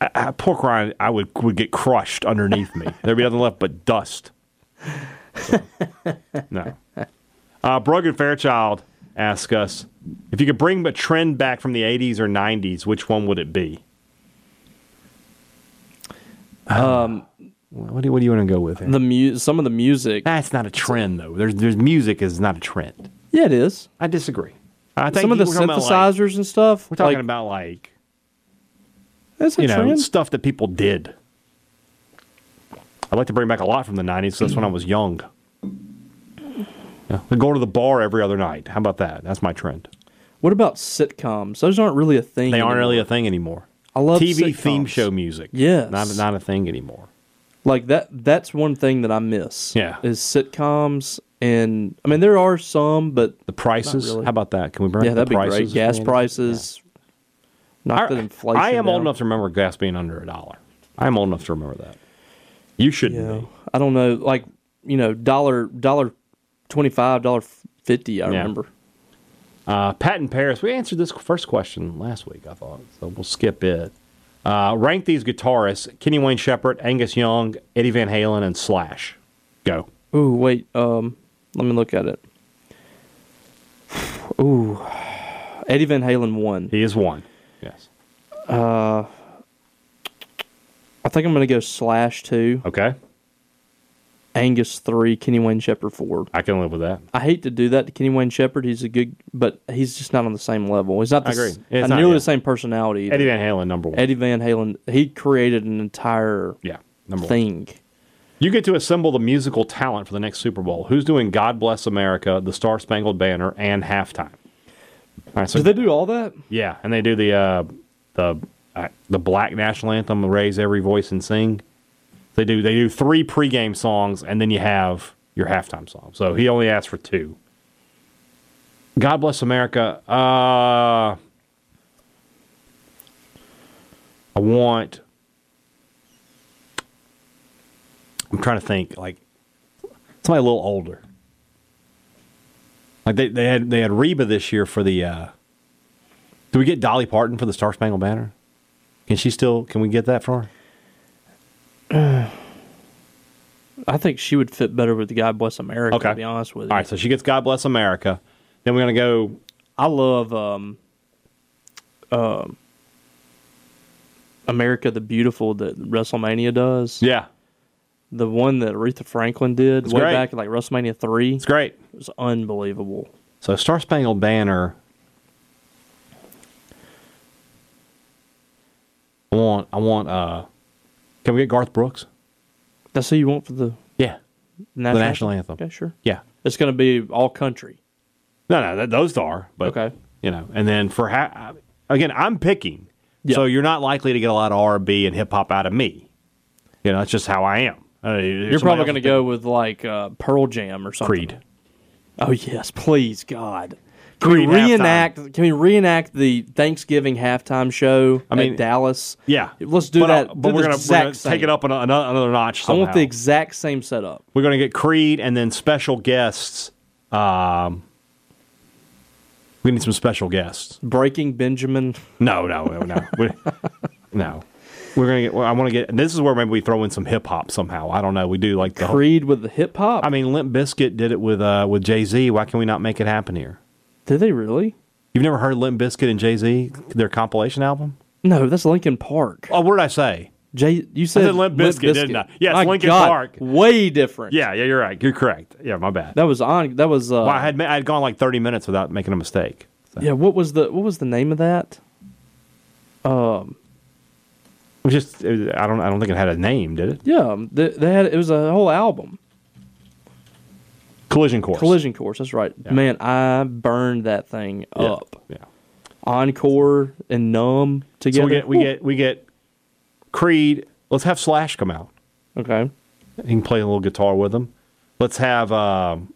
S3: I, pork rind, Uh, I would would get crushed underneath me. There'd be nothing left but dust. So, no. Uh, Brogan Fairchild asked us if you could bring a trend back from the '80s or '90s, which one would it be? Um, what do what do you want to go with? Here?
S4: The mu- some of the music.
S3: That's not a trend though. There's there's music is not a trend.
S4: Yeah, it is.
S3: I disagree. I think
S4: Some of the
S3: you- we're talking about, like-
S4: synthesizers and stuff.
S3: We're talking
S4: like,
S3: about like
S4: That's a
S3: you know
S4: trend.
S3: stuff that people did. I like to bring back a lot from the '90s. That's when I was young. Yeah. Going to the bar every other night. How about that? That's my trend.
S4: What about sitcoms? Those aren't really a thing.
S3: They aren't
S4: anymore.
S3: really a thing anymore.
S4: I love
S3: TV theme
S4: sitcoms.
S3: show music.
S4: Yes.
S3: not not a thing anymore.
S4: like that. That's one thing that I miss.
S3: Yeah.
S4: is sitcoms, and I mean there are some, but
S3: The prices.
S4: really.
S3: How about that? Can we bring
S4: yeah,
S3: back the
S4: that'd be
S3: prices
S4: great. Gas
S3: again?
S4: prices,
S3: I,
S4: not that inflation.
S3: I am
S4: down.
S3: old enough to remember gas being under a dollar. I am old enough to remember that. You shouldn't
S4: Yeah,
S3: be.
S4: I don't know. Like you know, dollar dollar twenty five, dollar fifty. I
S3: Yeah.
S4: remember.
S3: Uh, Pat in Paris, we answered this first question last week, I thought, so we'll skip it. Uh, rank these guitarists Kenny Wayne Shepherd, Angus Young, Eddie Van Halen, and Slash. Go.
S4: Ooh, wait. Um, let me look at it. Ooh, Eddie Van Halen won.
S3: He is one. Yes.
S4: I think I'm gonna go Slash two,
S3: Okay.
S4: Angus three, Kenny Wayne Shepherd four.
S3: I can live with that.
S4: I hate to do that to Kenny Wayne Shepherd. He's a good, but he's just not on the same level. He's not. The
S3: I agree.
S4: s-
S3: It's
S4: not
S3: not,
S4: nearly
S3: yeah.
S4: the same personality. either.
S3: Eddie Van Halen, number one.
S4: Eddie Van Halen. He created an entire
S3: Yeah, number one.
S4: thing.
S3: You get to assemble the musical talent for the next Super Bowl. Who's doing God Bless America, The Star Spangled Banner, and halftime? All right, so
S4: Do they do all that?
S3: Yeah, and they do the uh, the uh, the black national anthem, raise every voice and sing. They do they do three pregame songs, and then you have your halftime song. So he only asked for two. God bless America. Uh, I want. I'm trying to think like somebody a little older. Like they, they had they had Reba this year for the uh, do we get Dolly Parton for the Star Spangled Banner? Can she still? Can we get that for her?
S4: I think she would fit better with the God Bless America.
S3: Okay.
S4: To be honest with you,
S3: All right, so she gets God Bless America. Then we're gonna go.
S4: I love um, um, America the Beautiful that WrestleMania does.
S3: Yeah,
S4: the one that Aretha Franklin did way
S3: great.
S4: back at like WrestleMania three.
S3: It's great.
S4: It was unbelievable.
S3: So Star Spangled Banner. I want. I want. Uh, can we get Garth Brooks?
S4: That's who you want for the
S3: Yeah.
S4: national,
S3: national anthem.
S4: Okay, sure.
S3: Yeah.
S4: It's going to be all country.
S3: No, no, th- those are. But
S4: Okay.
S3: you know, and then for ha- again, I'm picking.
S4: Yeah.
S3: So you're not likely to get a lot of R&B and hip hop out of me. You know, that's just how I am. Uh,
S4: You're probably going to go with like uh, Pearl Jam or something.
S3: Creed.
S4: Oh yes, please God. Can
S3: Creed
S4: we
S3: halftime.
S4: reenact? Can we reenact the Thanksgiving halftime show? I
S3: mean,
S4: at Dallas.
S3: Yeah.
S4: let's do
S3: but, uh,
S4: that.
S3: but
S4: do
S3: we're gonna-
S4: the
S3: we're
S4: exact
S3: going to take
S4: same.
S3: it up ano- ano- another notch.
S4: I want
S3: somehow.
S4: the exact same setup.
S3: We're going to get Creed and then special guests. Um, we need some special guests.
S4: Breaking Benjamin.
S3: No, no, no, no. We- no. We're going to get, well, I want to get, and this is where maybe we throw in some hip hop somehow. I don't know. We do like the whole-
S4: Creed with the hip hop.
S3: I mean, Limp Biscuit did it with, uh, with Jay Z. Why can we not make it happen here?
S4: did they really?
S3: You've never heard Limp Biscuit and Jay Z, their compilation album?
S4: No, that's Lincoln Park.
S3: Oh, what did I say?
S4: Jay, you said,
S3: said Limp Bizkit, didn't I? Yes,
S4: My
S3: Linkin
S4: God,
S3: Park.
S4: Way different.
S3: Yeah, yeah, you're right. You're correct. Yeah, my bad.
S4: that was on. That was. Uh,
S3: Well, I had I had gone like 30 minutes without making a mistake. So.
S4: yeah. What was the What was the name of that?
S3: It was just it was- I don't I don't think it had a name, did it?
S4: Yeah, they, they had. It was a whole album.
S3: Collision course.
S4: Collision course. That's right. Man, I burned that thing
S3: Yeah.
S4: up.
S3: Yeah.
S4: Encore and Numb together.
S3: So we get we
S4: Woo.
S3: get we get Creed. Let's have Slash come out.
S4: okay.
S3: He can play a little guitar with him. Let's have um,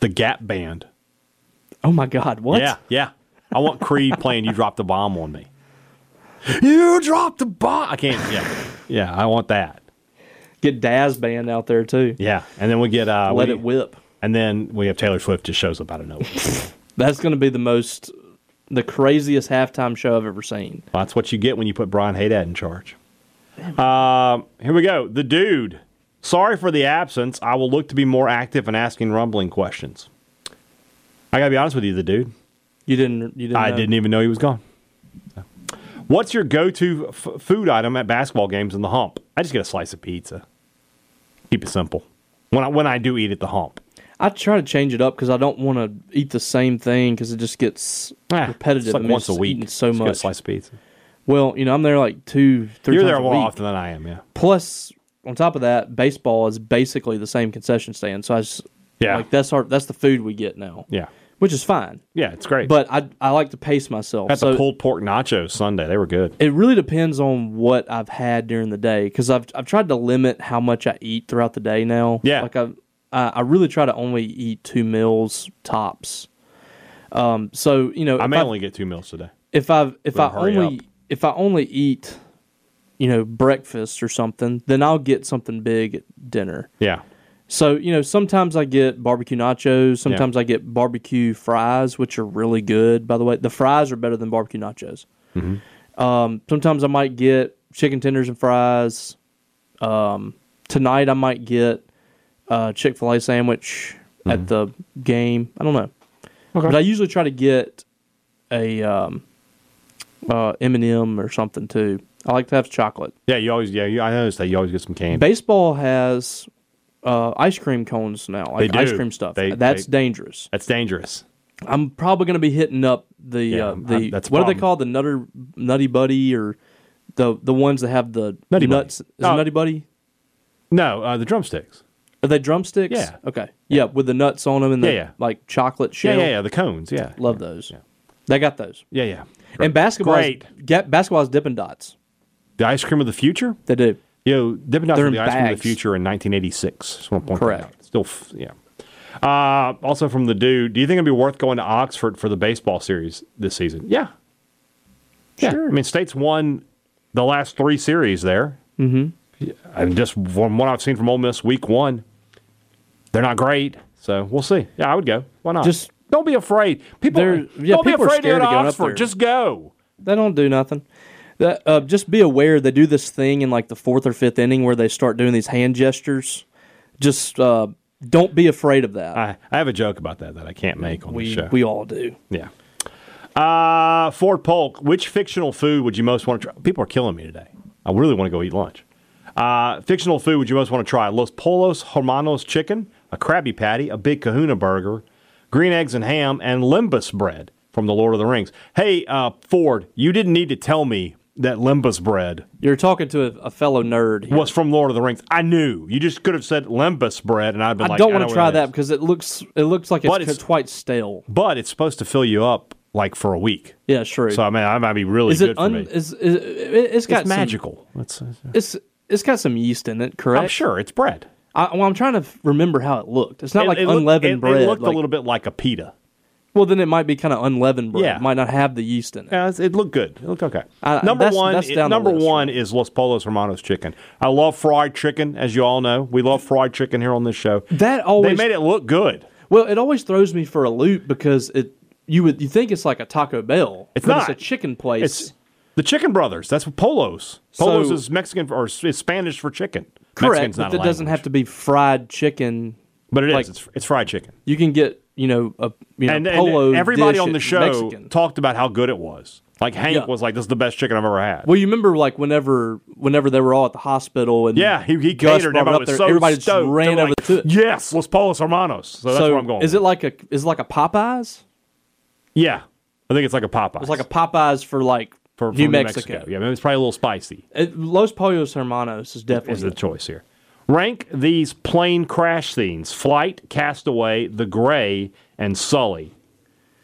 S3: the Gap Band.
S4: Oh my God! What?
S3: Yeah, yeah. I want Creed playing "You Dropped the Bomb on Me." You dropped the bomb. I can't. Yeah, yeah. I want that.
S4: Get Daz Band out there too.
S3: Yeah, and then we get uh,
S4: Let
S3: we-
S4: it whip.
S3: and then we have Taylor Swift just shows up out of nowhere.
S4: That's going to be the most, the craziest halftime show I've ever seen.
S3: Well, that's what you get when you put Brian Haydad in charge. Um, here we go. The dude. Sorry for the absence. I will look to be more active in asking rumbling questions. I gotta be honest with you, the dude.
S4: You didn't. You didn't.
S3: I
S4: know.
S3: didn't e- even know he was gone. So. What's your go-to f- food item at basketball games in the hump? I just get a slice of pizza. Keep it simple. When I when I do eat at the hump,
S4: I try to change it up because I don't want to eat the same thing because it just gets
S3: Ah,
S4: repetitive.
S3: It's
S4: I
S3: like
S4: mean,
S3: once a
S4: it's
S3: week.
S4: eating so
S3: Just get a
S4: much.
S3: slice of pizza.
S4: Well, you know, I'm there like two, three.
S3: You're
S4: times
S3: there
S4: a
S3: more
S4: week.
S3: often than I am. Yeah.
S4: Plus, on top of that, baseball is basically the same concession stand. So I just
S3: Yeah.
S4: like that's our that's the food we get now.
S3: Yeah.
S4: which is fine.
S3: Yeah. It's great.
S4: But I I like to pace myself.
S3: Had
S4: so
S3: the pulled pork nachos Sunday. They were good.
S4: it really depends on what I've had during the day because I've I've tried to limit how much I eat throughout the day now.
S3: Yeah.
S4: like I I I really try to only eat two meals tops. Um, so you know,
S3: I
S4: if
S3: may
S4: I've-
S3: only get two meals today.
S4: if I've if I
S3: Better hurry
S4: only
S3: up.
S4: if I only eat, you know, breakfast or something, then I'll get something big at dinner.
S3: Yeah.
S4: So you know, sometimes I get barbecue nachos. Sometimes I get barbecue fries, which are really good. By the way, the fries are better than barbecue nachos. Um, sometimes I might get chicken tenders and fries. Um, tonight I might get a Chick Fil A sandwich at the game. I don't know, but I usually try to get a um, uh, M and M or something too. I like to have chocolate.
S3: Yeah, you always yeah, you, I noticed that you always get some candy.
S4: Baseball has uh, ice cream cones now, like
S3: They do.
S4: ice cream stuff.
S3: They-
S4: that's
S3: they-
S4: dangerous.
S3: That's dangerous.
S4: I'm probably going to be hitting up the uh,
S3: I'm-
S4: the
S3: I'm- that's a
S4: what are they
S3: problem.
S4: called? The nutter nutty buddy or the the ones that have the
S3: Nutty Buddy.
S4: nuts? Is
S3: Oh.
S4: it nutty buddy?
S3: No, uh, the drumsticks.
S4: Are they drumsticks?
S3: Yeah.
S4: Okay. Yeah, with the nuts on them and the
S3: Yeah, yeah.
S4: like chocolate
S3: Yeah,
S4: shell.
S3: yeah, yeah, the cones. Yeah,
S4: Love those. They got those.
S3: yeah, yeah.
S4: And basketball,
S3: Great.
S4: Get, basketball is Dippin' Dots.
S3: The ice cream of the future.
S4: They do.
S3: Yo, Dippin' Dots
S4: They're
S3: were
S4: in
S3: the ice cream of
S4: bags.
S3: the future in 1986. Just want to point that
S4: Correct.
S3: out. Still, f- yeah. Uh, also from the dude, do you think it'd be worth going to Oxford for the baseball series this season? Yeah, yeah. I mean, State's won the last three series there, mm-hmm. and just from what I've seen from Ole Miss, week one, they're not great. So we'll see. Yeah, I would go. Why not?
S4: Just-
S3: don't be afraid. People,
S4: They're- yeah,
S3: don't be
S4: people are
S3: afraid to go
S4: scared
S3: to
S4: of going up
S3: Oxford.
S4: there.
S3: Just go.
S4: They don't do nothing. That, uh, just be aware they do this thing in like the fourth or fifth inning where they start doing these hand gestures. Just uh, don't be afraid of that.
S3: I, uh, I have a joke about that that I can't make on the
S4: we
S3: show.
S4: we all do.
S3: Yeah. Uh, Ford Polk, which fictional food would you most want to try? People are killing me today. I really want to go eat lunch. Uh, fictional food would you most want to try? Los Polos Hermanos chicken, a Krabby Patty, a Big Kahuna burger, green eggs and ham, and limbus bread from the Lord of the Rings. Hey, uh, Ford, you didn't need to tell me that limbus bread
S4: You're talking to a, a fellow nerd. Here.
S3: was from Lord of the Rings. I knew. You just could have said limbus bread, and I'd been
S4: I
S3: like,
S4: don't
S3: I
S4: want
S3: know
S4: to try
S3: what
S4: that
S3: is.
S4: because it looks it looks like
S3: But
S4: it's,
S3: it's-
S4: quite stale.
S3: But it's supposed to fill you up like for a week.
S4: Yeah, sure.
S3: So I mean, I might be really
S4: is
S3: good
S4: it
S3: for
S4: un?
S3: me.
S4: Is, is, it, has got
S3: It's
S4: some-
S3: magical. It's, it's-
S4: it's it's got some yeast in it, correct?
S3: I'm sure it's bread.
S4: I, well, I'm trying to f- remember how it looked. It's not
S3: It-
S4: like
S3: it looked-
S4: unleavened
S3: it-
S4: bread.
S3: It looked
S4: like-
S3: a little bit like a pita.
S4: well, then it might be kind of unleavened bread.
S3: Yeah.
S4: It might not have the yeast in it.
S3: Yeah, it's- it looked good. It looked okay.
S4: I- I-
S3: number
S4: Uh, that's-
S3: one,
S4: that's
S3: it-
S4: down the
S3: number
S4: list.
S3: one is Los Polos Hermanos chicken. I love fried chicken, as you all know. We love fried chicken here on this show.
S4: That
S3: they
S4: always
S3: made it look good.
S4: well, it always throws me for a loop because it you would you think it's like a Taco Bell.
S3: It's
S4: but
S3: not.
S4: It's a chicken place.
S3: It's the Chicken Brothers. That's what Polos. Polos
S4: So-
S3: is Mexican for, or is Spanish for chicken.
S4: correct,
S3: Mexican's
S4: but
S3: not a
S4: that doesn't
S3: language.
S4: have to be fried chicken.
S3: But it is.
S4: like-
S3: It's, it's fried chicken.
S4: You can get you know a you know
S3: and, and
S4: polo
S3: everybody
S4: dish
S3: on
S4: at
S3: the show
S4: Mexican.
S3: talked about how good it was. Like Hank
S4: Yeah.
S3: was like, "This is the best chicken I've ever had."
S4: Well, you remember like whenever whenever they were all at the hospital and
S3: yeah, he, he
S4: Gus
S3: catered.
S4: brought it
S3: Everybody
S4: up
S3: was
S4: there,
S3: so
S4: everybody just
S3: stoked. They
S4: ran
S3: were
S4: over
S3: like,
S4: to it.
S3: Yes, Los Polos Hermanos. So that's
S4: so
S3: where I'm going.
S4: Is it like a is it like a Popeyes?
S3: Yeah, I think it's like a Popeye.
S4: It's like a Popeyes for like
S3: for,
S4: New,
S3: from
S4: Mexico.
S3: Yeah, maybe it's probably a little spicy.
S4: It- Los Pollos Hermanos is
S3: Is
S4: definitely
S3: the choice here? Rank these plane crash scenes: Flight, Castaway, The Gray, and Sully.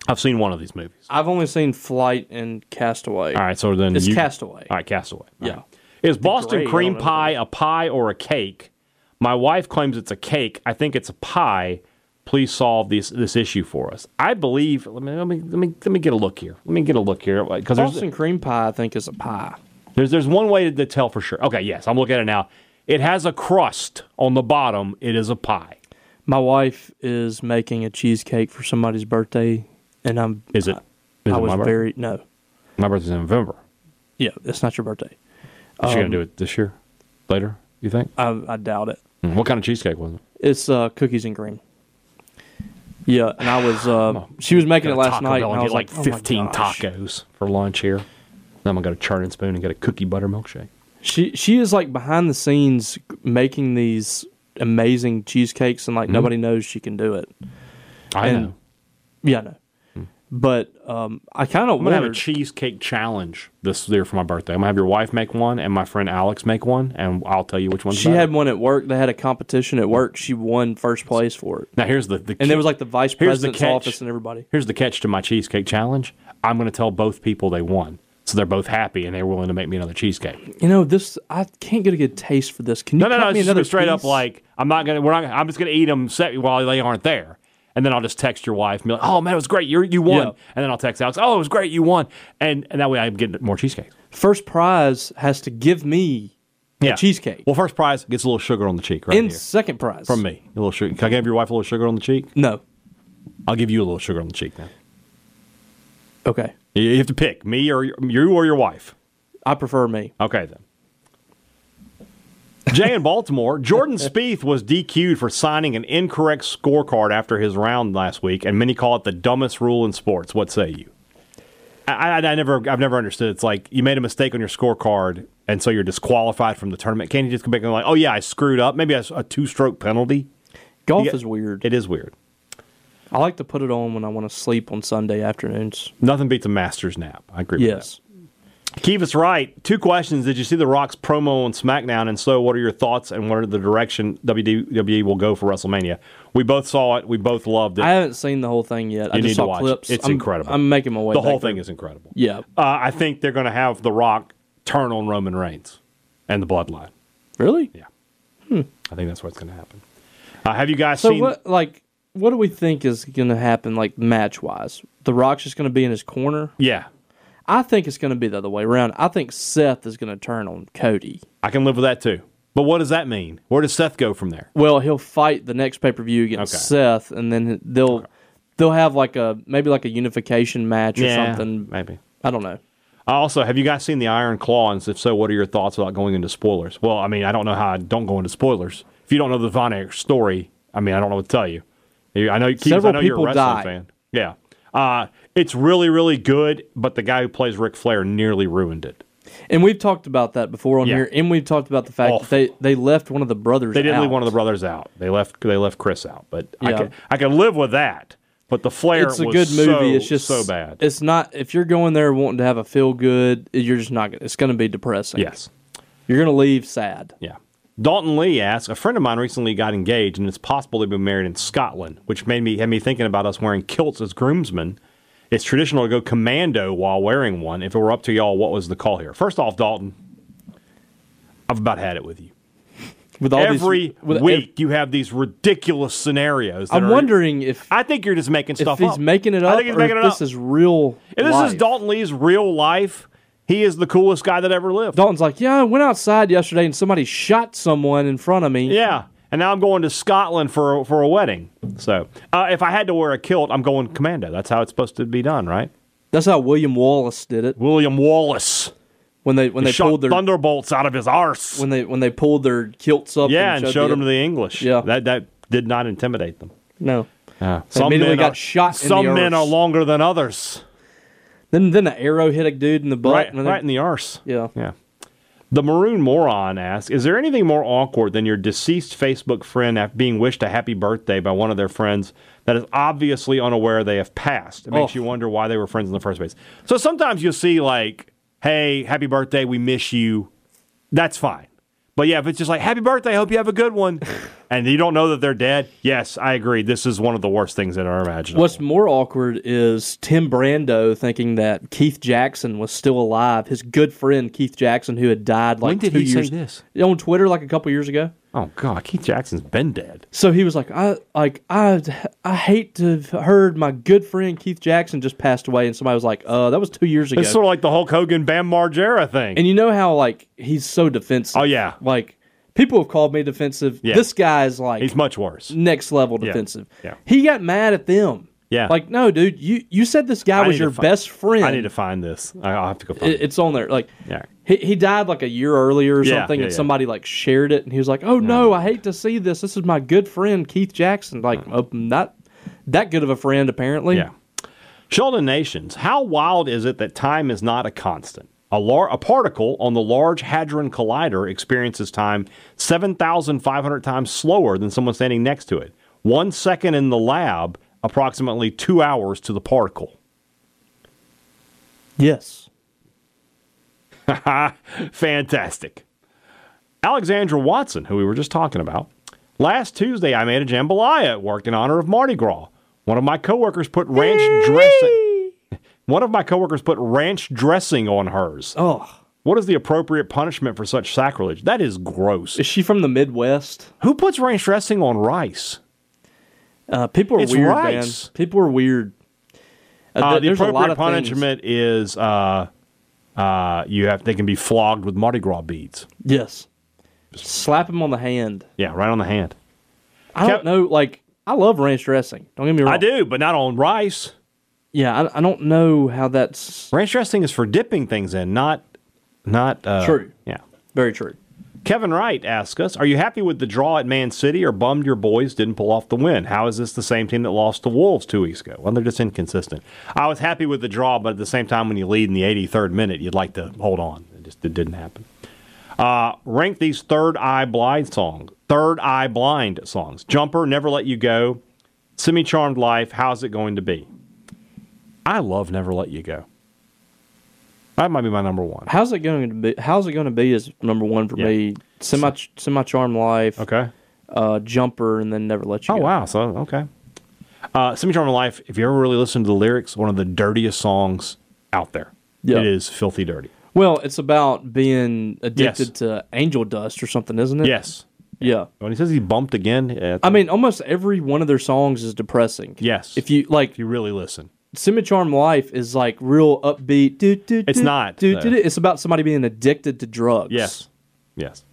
S3: I've seen one of these movies.
S4: I've only seen Flight and Castaway.
S3: All right, so then
S4: It's
S3: you-
S4: Castaway.
S3: All right, Castaway. All
S4: Yeah.
S3: right. Is Boston
S4: Gray, I
S3: cream
S4: don't know.
S3: pie a pie or a cake? My wife claims it's a cake. I think it's a pie. Please solve this this issue for us. I believe. Let me let me let me, let me get a look here. Let me get a look here because there's
S4: Boston cream pie, I think, is a pie.
S3: there's there's one way to tell for sure. Okay, yes, I'm looking at it now. It has a crust on the bottom. It is a pie.
S4: My wife is making a cheesecake for somebody's birthday, and I'm
S3: Is it?
S4: I,
S3: Is it
S4: was
S3: my birthday?
S4: very no,
S3: My birthday's in November.
S4: yeah, it's not your birthday.
S3: Is she gonna
S4: Um,
S3: do it this year? Later? You think?
S4: I, I doubt it.
S3: Mm, What kind of cheesecake was it?
S4: It's uh, cookies and cream. Yeah, and I was uh, she was making it
S3: Go to
S4: last
S3: Taco
S4: night.
S3: Bell
S4: And
S3: and
S4: I was
S3: get like,
S4: oh my
S3: 15
S4: gosh.
S3: tacos for lunch here. Then I'm gonna go to Churn and Spoon and get a cookie butter milkshake.
S4: She she is like behind the scenes making these amazing cheesecakes, and like
S3: Hmm?
S4: nobody knows she can do it.
S3: I
S4: And
S3: know.
S4: Yeah, I know. But um, I kind of
S3: Hmm. I'm gonna have a
S4: wondered.
S3: cheesecake challenge this year for my birthday. I'm gonna have your wife make one and my friend Alex make one, and I'll tell you which one's
S4: she
S3: better.
S4: had one at work. They had a competition at work. She won first place for it,
S3: now here's the, the
S4: and there was like the vice
S3: Here's the
S4: president's
S3: catch.
S4: office and everybody.
S3: here's the catch to my cheesecake challenge. I'm gonna tell both people they won, so they're both happy and they're willing to make me another cheesecake.
S4: You know, this I can't get a good taste for this. Can you
S3: No, no,
S4: cut
S3: no.
S4: me
S3: It's just
S4: another
S3: gonna be straight up
S4: piece?
S3: like I'm not gonna. We're not. I'm just gonna eat them set while they aren't there, and then I'll just text your wife and be like, "Oh man, it was great. You you won."
S4: Yeah.
S3: And then I'll text Alex, "Oh, it was great. You won." And, and that way I'm getting more cheesecake.
S4: first prize has to give me
S3: Yeah,
S4: cheesecake.
S3: Well, first prize gets a little sugar on the cheek right
S4: in
S3: here
S4: second prize
S3: from me. A little sugar. Can I give your wife a little sugar on the cheek?
S4: No,
S3: I'll give you a little sugar on the cheek now.
S4: okay,
S3: You- You have to pick me or your- you or your wife.
S4: I prefer me.
S3: Okay, then. Jay in Baltimore, Jordan Spieth was DQ'd for signing an incorrect scorecard after his round last week, and many call it the dumbest rule in sports. What say you? I, I, I never, I've never understood. It's like you made a mistake on your scorecard, and so you're disqualified from the tournament. Can't you just come back and like, oh yeah, I screwed up. Maybe I s- a two-stroke penalty.
S4: Golf
S3: You get-
S4: is weird.
S3: It is weird.
S4: I like to put it on when I want to sleep on Sunday afternoons.
S3: Nothing beats a master's nap. I agree. with that.
S4: Yes.
S3: Keep us right. Two questions. Did you see The Rock's promo on SmackDown? And so, what are your thoughts and what are the direction WWE will go for WrestleMania? We both saw it. We both loved it.
S4: I haven't seen the whole thing yet. I
S3: You
S4: just
S3: need
S4: saw
S3: to watch it.
S4: clips.
S3: It's
S4: I'm-
S3: incredible.
S4: I'm making my way.
S3: the
S4: back
S3: whole
S4: there.
S3: thing is incredible.
S4: Yeah.
S3: Uh, I think they're going to have The Rock turn on Roman Reigns and the Bloodline.
S4: Really?
S3: Yeah. I think that's what's going to happen. Uh, have you guys
S4: So
S3: seen?
S4: what? Like, what do we think is going to happen? Like match wise, The Rock's just going to be in his corner.
S3: Yeah.
S4: I think it's going to be the other way around. I think Seth is going to turn on Cody.
S3: I can live with that too. But what does that mean? Where does Seth go from there?
S4: Well, he'll fight the next pay per view against
S3: Okay.
S4: Seth, and then they'll they'll have like a maybe like a unification match or
S3: Yeah,
S4: something.
S3: Maybe.
S4: I don't know.
S3: Also, have you guys seen the Iron Claw? And if so, what are your thoughts without going into spoilers? Well, I mean, I don't know how I don't go into spoilers. If you don't know the Von Erich story, I mean, I don't know what to tell you. You- I know, Keith, I
S4: Several
S3: know you're a
S4: people
S3: wrestling
S4: die.
S3: fan. Yeah. Uh, it's really, really good, but the guy who plays Ric Flair nearly ruined it.
S4: And we've talked about that before on
S3: Yeah.
S4: here, and we've talked about the fact
S3: Awful.
S4: that they, they left one of the brothers.
S3: They did leave
S4: out.
S3: one of the brothers out. They left they left Chris out, but I
S4: Yeah.
S3: can I can live with that. But the flare
S4: It's a
S3: was
S4: good movie.
S3: so-
S4: it's just
S3: so bad.
S4: It's not if you're going there wanting to have a feel good, you're just not. gonna It's going to be depressing.
S3: yes.
S4: you're going to leave sad.
S3: Yeah. Dalton Lee asks, a friend of mine recently got engaged, and it's possible they've been married in Scotland, which made me had me thinking about us wearing kilts as groomsmen. It's traditional to go commando while wearing one. If it were up to y'all, what was the call here? First off, Dalton, I've about had it with you.
S4: With all these-
S3: Every
S4: with ev-
S3: week, you have these ridiculous scenarios. that
S4: I'm
S3: are-
S4: wondering if
S3: I think you're just making
S4: if
S3: stuff
S4: he's
S3: up.
S4: making it
S3: I
S4: up
S3: think he's
S4: or
S3: making
S4: if
S3: it up.
S4: this is real.
S3: If this is
S4: life.
S3: Dalton Lee's real life, he is the coolest guy that ever lived.
S4: Dalton's like, yeah, I went outside yesterday and somebody shot someone in front of me.
S3: Yeah, and now I'm going to Scotland for for a wedding. So uh, if I had to wear a kilt, I'm going commando. That's how it's supposed to be done, right?
S4: That's how William Wallace did it
S3: William Wallace
S4: when they when they
S3: shot
S4: pulled their
S3: thunderbolts out of his arse.
S4: when they when they pulled their kilts up.
S3: yeah, and showed
S4: the-
S3: them to the English.
S4: Yeah.
S3: that that did not intimidate them.
S4: no.
S3: Some men
S4: immediately got
S3: are,
S4: shot in the
S3: Some men
S4: arse.
S3: are longer than others.
S4: Then then the arrow hit a dude in the butt.
S3: right,
S4: and then-
S3: right in the arse.
S4: yeah.
S3: Yeah. The Maroon Moron asks Is there anything more awkward than your deceased Facebook friend af- being wished a happy birthday by one of their friends that is obviously unaware they have passed? It makes
S4: Ugh.
S3: you wonder why they were friends in the first place. So sometimes you'll see, like, hey, happy birthday, we miss you. That's fine. But yeah, if it's just like, happy birthday, hope you have a good one, and you don't know that they're dead, yes, I agree. This is one of the worst things that are imaginable.
S4: What's more awkward is Tim Brando thinking that Keith Jackson was still alive. His good friend Keith Jackson, who had died like
S3: When did
S4: two
S3: he say
S4: years
S3: this?
S4: on Twitter, like a couple years ago.
S3: oh, God, Keith Jackson's been dead.
S4: So he was like, I like I I hate to have heard my good friend Keith Jackson just passed away, and somebody was like, uh, that was two years ago.
S3: It's sort of like the Hulk Hogan Bam Margera thing.
S4: and you know how like he's so defensive.
S3: Oh, yeah.
S4: like people have called me defensive.
S3: Yeah.
S4: This guy's like
S3: He's much worse.
S4: next level defensive.
S3: Yeah.
S4: He got mad at them.
S3: Yeah.
S4: Like, no, dude, you, you said this guguy
S3: I
S4: was
S3: need to
S4: your
S3: fi-
S4: best friend.
S3: I need to find this. I- I'll have to go find
S4: It-
S3: it.
S4: it's on there. Like,
S3: Um, Yeah.
S4: he, he died like a year earlier or
S3: Yeah,
S4: something,
S3: yeah,
S4: and
S3: yeah.
S4: somebody like shared it, and he was like, "Oh no, I hate to see this. This is my good friend Keith Jackson. Like, oh, not that good of a friend, apparently."
S3: Yeah. Sheldon Nations, how wild is it that time is not a constant? A, lar- a particle on the Large Hadron Collider experiences time 7,500 times slower than someone standing next to it. One second in the lab, approximately two hours to the particle.
S4: Yes.
S3: Fantastic. Alexandra Watson, who we were just talking about. Last Tuesday, I made a jambalaya at work in honor of Mardi Gras. One of my coworkers put ranch dressing. One of my coworkers put ranch dressing on hers.
S4: Oh,
S3: What is the appropriate punishment for such sacrilege? That is gross.
S4: is she from the Midwest?
S3: Who puts ranch dressing on rice?
S4: Uh, people are
S3: It's
S4: weird,
S3: rice.
S4: man. People are weird. Uh,
S3: Uh,
S4: th-
S3: the
S4: there's a
S3: appropriate
S4: lot of things-
S3: punishment is uh, uh, you have they can be flogged with Mardi Gras beads.
S4: Yes. Slap him on the hand.
S3: Yeah, right on the hand.
S4: I
S3: Kev-
S4: don't know. Like, I love ranch dressing. Don't get me wrong.
S3: I do, but not on rice.
S4: Yeah, I, I don't know how that's
S3: Ranch dressing is for dipping things in, not not uh,
S4: True.
S3: Yeah.
S4: very true.
S3: Kevin Wright asks us, "Are you happy with the draw at Man City, or bummed your boys didn't pull off the win? How is this the same team that lost to Wolves two weeks ago? Well, they're just inconsistent. I was happy with the draw, but at the same time, when you lead in the 83rd minute, you'd like to hold on. It just it didn't happen. Uh, rank these third eye blind songs. Third eye blind songs. Jumper, Never Let You Go, Semi Charmed Life. How's it going to be? I love Never Let You Go. That might be my number one.
S4: How's it going to be? How's it going to be is number one for
S3: Yeah.
S4: me. Semi semi charm life,
S3: Okay.
S4: uh, jumper, and then never let you.
S3: Oh
S4: go.
S3: wow! So okay, uh, "Semi Charmed Life." If you ever really listen to the lyrics, one of the dirtiest songs out there.
S4: Yeah.
S3: It is filthy dirty.
S4: Well, it's about being addicted
S3: Yes.
S4: to angel dust or something, isn't it?
S3: Yes.
S4: Yeah.
S3: When he says he bumped again, at
S4: I mean, almost every one of their songs is depressing.
S3: Yes.
S4: If you like,
S3: if you really listen,
S4: Simicharm Life is like real upbeat. Do, do,
S3: It's
S4: do,
S3: not,
S4: Do,
S3: though.
S4: do, do. It's about somebody being addicted to drugs.
S3: yes, yes.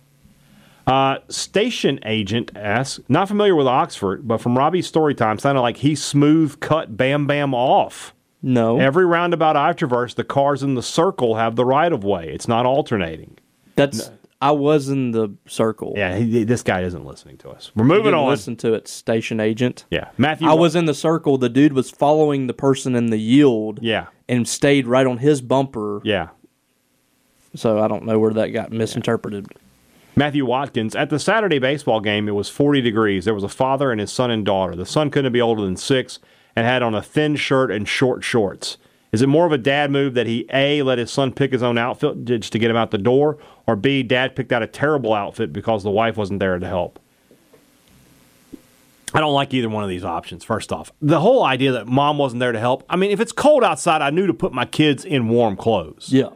S3: Uh, station agent asks, not familiar with Oxford, but from Robbie's story time, sounded like he smooth cut Bam Bam off.
S4: No.
S3: Every roundabout I've traversed, the cars in the circle have the right of way. It's not alternating.
S4: That's. I was in the circle.
S3: Yeah, he, this guy isn't listening to us. We're
S4: You
S3: moving
S4: didn't
S3: on.
S4: listen to it, station agent.
S3: Yeah, Matthew.
S4: I was in the circle. The dude was following the person in the yield.
S3: Yeah.
S4: And stayed right on his bumper.
S3: Yeah.
S4: So I don't know where that got misinterpreted.
S3: Matthew Watkins, at the Saturday baseball game, it was 40 degrees. There was a father and his son and daughter. The son couldn't be older than six and had on a thin shirt and short shorts. Is it more of a dad move that he, A, let his son pick his own outfit just to get him out the door, or B, dad picked out a terrible outfit because the wife wasn't there to help? I don't like either one of these options, first off. The whole idea that mom wasn't there to help, I mean, if it's cold outside, I knew to put my kids in warm clothes
S4: Yeah.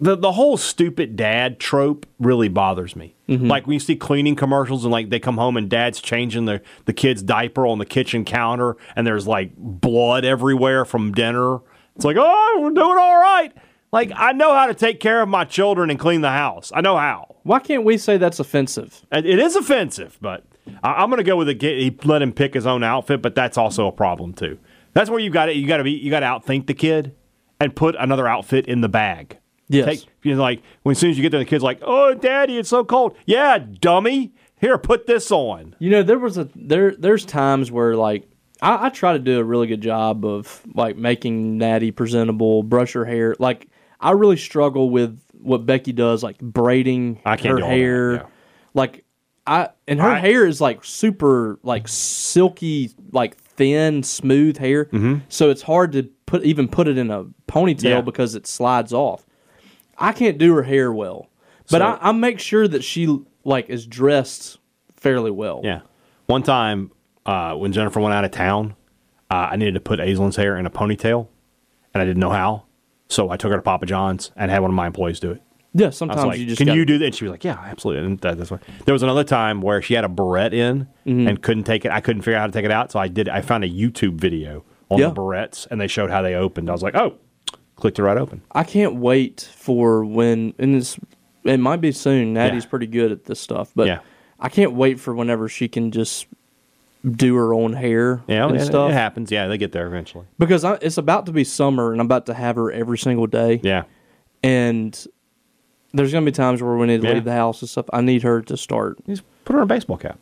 S3: the the whole stupid dad trope really bothers me. Like when you see cleaning commercials and like they come home and dad's changing the the kid's diaper on the kitchen counter and there's like blood everywhere from dinner. It's like, "Oh, we're doing all right." Like I know how to take care of my children and clean the house. I know how.
S4: Why can't we say that's offensive?
S3: It it is offensive, but I, I'm going to go with a get, he let him pick his own outfit, but that's also a problem too. That's where you got to you got to be you got to outthink the kid and put another outfit in the bag.
S4: Yes.
S3: Take, you know, like when as soon as you get there, the kid's like, "Oh, daddy, it's so cold." Yeah, dummy. Here, put this on.
S4: You know, there was a there. There's times where like I, I try to do a really good job of like making Natty presentable, brush her hair. Like I really struggle with what Becky does, like braiding
S3: I can't
S4: her
S3: do all that,
S4: hair.
S3: yeah.
S4: Like I and her
S3: I-
S4: hair is like super like silky, like thin, smooth hair. So it's hard to put even put it in a ponytail
S3: Mm-hmm. Yeah.
S4: because it slides off. I can't do her hair well, but
S3: So-
S4: I, I make sure that she like is dressed fairly well.
S3: Yeah. One time uh, when Jennifer went out of town, uh, I needed to put Aislinn's hair in a ponytail, and I didn't know how, so I took her to Papa John's and had one of my employees do it.
S4: Yeah,
S3: I
S4: sometimes
S3: was like,
S4: you just
S3: "Can
S4: gotta-
S3: you do that?" And she was like, "Yeah, absolutely." And that, that's why. There was another time where she had a barrette in
S4: Mm-hmm.
S3: and couldn't take it. I couldn't figure out how to take it out, so I did. I found a YouTube video on
S4: Yeah.
S3: the barrettes, and they showed how they opened. I was like, "Oh, clicked it right open."
S4: I can't wait for when and it's it might be soon. Natty's
S3: Yeah.
S4: pretty good at this stuff, but
S3: Yeah.
S4: I can't wait for whenever she can just do her own hair
S3: Yeah,
S4: and
S3: it,
S4: stuff.
S3: it happens. Yeah, they get there eventually.
S4: Because I, it's about to be summer, and I'm about to have her every single day.
S3: Yeah,
S4: and there's gonna be times where we need to
S3: Yeah.
S4: leave the house and stuff. I need her to start.
S3: just put her in a baseball cap.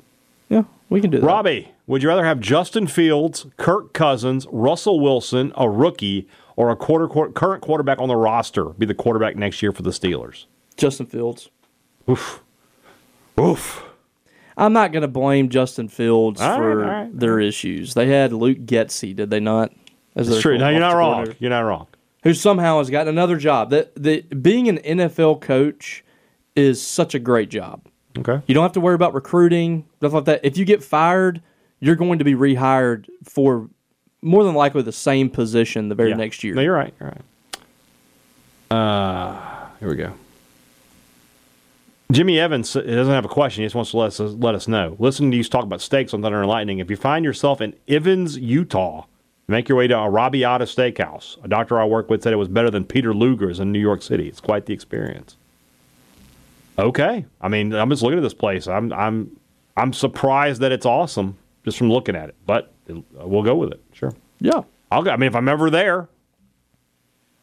S4: Yeah, we can do that.
S3: Robbie, would you rather have Justin Fields, Kirk Cousins, Russell Wilson, a rookie, or a quarter, quar- current quarterback on the roster be the quarterback next year for the Steelers?
S4: Justin Fields.
S3: Oof.
S4: I'm not gonna blame Justin Fields
S3: All right,
S4: for
S3: all right.
S4: their issues. They had Luke Getzey, did they not? As
S3: That's
S4: their
S3: true. No, you're not
S4: offensive
S3: wrong.
S4: coordinator,
S3: You're not wrong.
S4: Who somehow has gotten another job. That the being an NFL coach is such a great job.
S3: Okay.
S4: You don't have to worry about recruiting stuff like that. If you get fired, you're going to be rehired for more than likely the same position the very
S3: Yeah.
S4: next year.
S3: No, you're right. You're right. Uh, here we go. Jimmy Evans uh, doesn't have a question. He just wants to let us, let us know. Listen to you talk about steaks on Thunder and Lightning. If you find yourself in Evans, Utah, make your way to a Arabiata Steakhouse. A doctor I work with said it was better than Peter Luger's in New York City. It's quite the experience. Okay, I mean, I'm just looking at this place. I'm I'm I'm surprised that it's awesome just from looking at it, but it, we'll go with it. Sure.
S4: yeah.
S3: I'll go. I mean, if I'm ever there.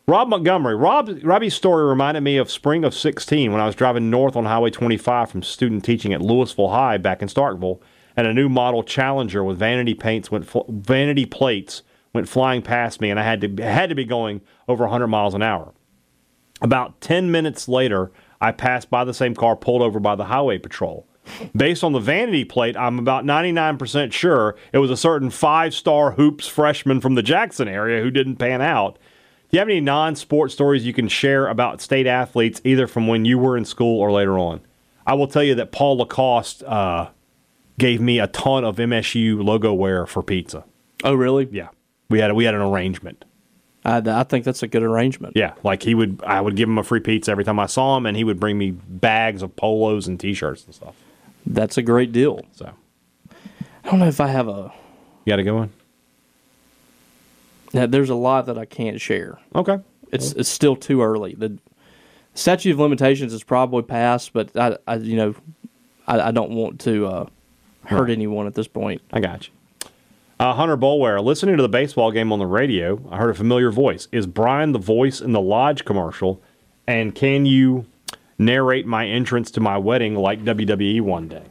S3: Rob Montgomery. Rob Robbie's story reminded me of spring of 16 when I was driving north on Highway 25 from student teaching at Louisville High back in Starkville, and a new model Challenger with vanity paints went fl- vanity plates went flying past me, and I had to had to be going over 100 miles an hour. About 10 minutes later, I passed by the same car pulled over by the highway patrol. Based on the vanity plate, I'm about 99% sure it was a certain five star hoops freshman from the Jackson area who didn't pan out. Do you have any non sport stories you can share about state athletes, either from when you were in school or later on? I will tell you that Paul Lacoste uh, gave me a ton of MSU logo wear for pizza.
S4: Oh, really?
S3: Yeah. We had, we had an arrangement.
S4: I, I think that's a good arrangement.
S3: Yeah, like he would. I would give him a free pizza every time I saw him, and he would bring me bags of polos and T-shirts and stuff.
S4: That's a great deal.
S3: So
S4: I don't know if I have a.
S3: you got a good one.
S4: yeah, There's a lot that I can't share.
S3: Okay.
S4: It's it's still too early. The statute of limitations is probably passed, but I, I you know I, I don't want to uh, hurt anyone at this point.
S3: I got you. Uh, Hunter Bolware, listening to the baseball game on the radio, I heard a familiar voice. Is Brian the voice in the Lodge commercial? And can you narrate my entrance to my wedding like WWE one day?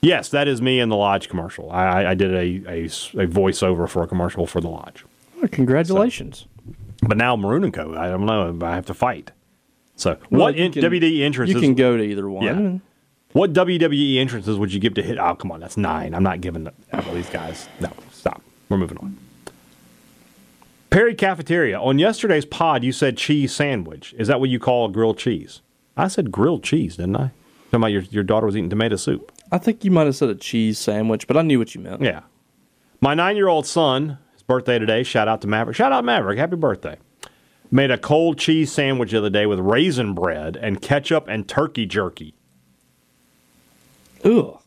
S3: Yes, that is me in the Lodge commercial. I, I- I did a, a, s- a voiceover for a commercial for the Lodge.
S4: Well, congratulations.
S3: But now Maroon and Co. I don't know. I have to fight. So
S4: Well,
S3: what
S4: you
S3: in,
S4: can-
S3: WWE entrance?
S4: You
S3: is-
S4: can go to either one.
S3: Yeah. What WWE entrances would you give to hit? Oh, come on, that's nine. I'm not giving that all these guys. No, stop. We're moving on. Perry Cafeteria. On yesterday's pod, you said cheese sandwich. Is that what you call a grilled cheese? I said grilled cheese, didn't I? Talking about your, your daughter was eating tomato soup.
S4: I think you might have said a cheese sandwich, but I knew what you meant.
S3: Yeah. My nine year old son, his birthday today, shout out to Maverick. Shout out Maverick. Happy birthday. Made a cold cheese sandwich the other day with raisin bread and ketchup and turkey jerky.
S4: Ugh.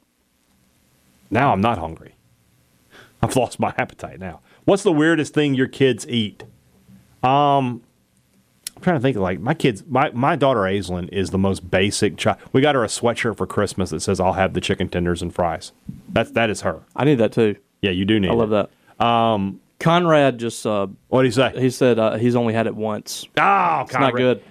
S3: Now I'm not hungry. I've lost my appetite now. What's the weirdest thing your kids eat? Um, I'm trying to think. Like my kids, my my daughter Aislinn is the most basic child. We got her a sweatshirt for Christmas that says "I'll have the chicken tenders and fries." That's that is her.
S4: I need that too.
S3: Yeah, you do need.
S4: I love
S3: it.
S4: that. Um, Conrad just uh,
S3: What do you say?
S4: he said uh, he's only had it once.
S3: oh,
S4: It's not good.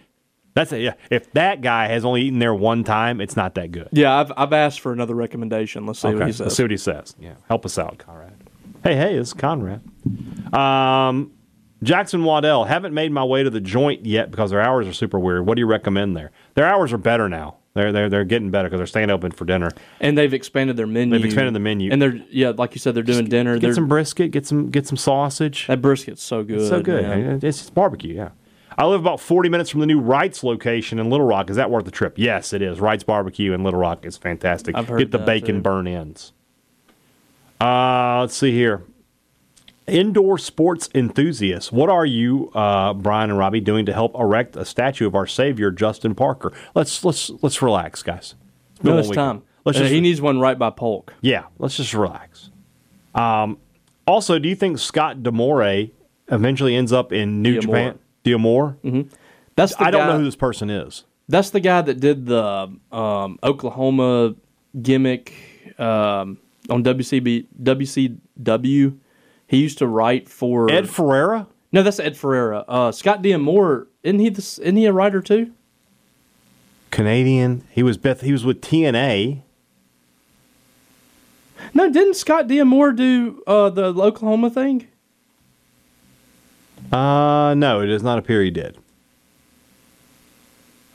S3: That's it. Yeah. If that guy has only eaten there one time, it's not that good.
S4: Yeah, I've I've asked for another recommendation. Let's see what he
S3: Okay,
S4: says.
S3: Let's see what he says. Yeah. Help us out, Conrad. Hey, hey, it's Conrad. Um, Jackson Waddell. Haven't made my way to the joint yet because their hours are super weird. What do you recommend there? Their hours are better now. They're they're they're getting better because they're staying open for dinner.
S4: and they've expanded their menu.
S3: They've expanded the menu.
S4: And they're yeah, like you said, they're doing dinner. They're,
S3: Get some brisket. Get some get some sausage.
S4: that brisket's so good.
S3: so good.
S4: man.
S3: It's just barbecue. Yeah. I live about 40 minutes from the new Wright's location in Little Rock. Is that worth the trip? Yes, it is. Wright's Barbecue in Little Rock is fantastic.
S4: I've heard
S3: Get the
S4: that,
S3: bacon
S4: too.
S3: burn ends. Uh, let's see here. Indoor sports enthusiasts, what are you, uh, Brian and Robbie, doing to help erect a statue of our savior, Justin Parker? Let's let's let's relax, guys. It's been
S4: No,
S3: one
S4: it's
S3: week.
S4: time.
S3: Let's
S4: Uh,
S3: just
S4: he needs one right by Polk.
S3: yeah, let's just relax. Um, also, do you think Scott Demore eventually ends up in New
S4: D'Amore.
S3: Japan? Diamore?
S4: That's the
S3: I don't
S4: guy,
S3: know who this person is.
S4: That's the guy that did the um, Oklahoma gimmick um, on WCB WCW. He used to write for
S3: Ed Ferreira?
S4: no, that's Ed Ferreira. Uh, Scott D'Amore, isn't he? This, isn't he a writer too?
S3: Canadian. He was Beth. He was with TNA.
S4: No, didn't Scott D'Amore do uh, the Oklahoma thing?
S3: Uh, no, it does not appear he did.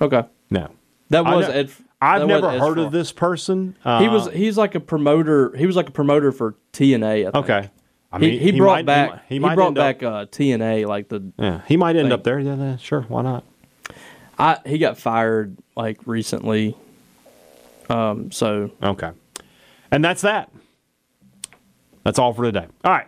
S4: Okay,
S3: No,
S4: that
S3: I
S4: was
S3: know-
S4: Ed.
S3: I've
S4: that was
S3: never heard
S4: Ed Ferreira.
S3: of this person. Uh,
S4: He was he's like a promoter. He was like a promoter for TNA. I think.
S3: Uh, okay. I
S4: He, he, brought
S3: might-
S4: back
S3: He,
S4: he,
S3: might
S4: brought
S3: end up-
S4: back uh, TNA like the
S3: yeah, he might end
S4: thing.
S3: up there. Yeah, yeah, sure. Why not?
S4: I he got fired like recently. Um, so
S3: Okay. And that's that. That's all for today. All right.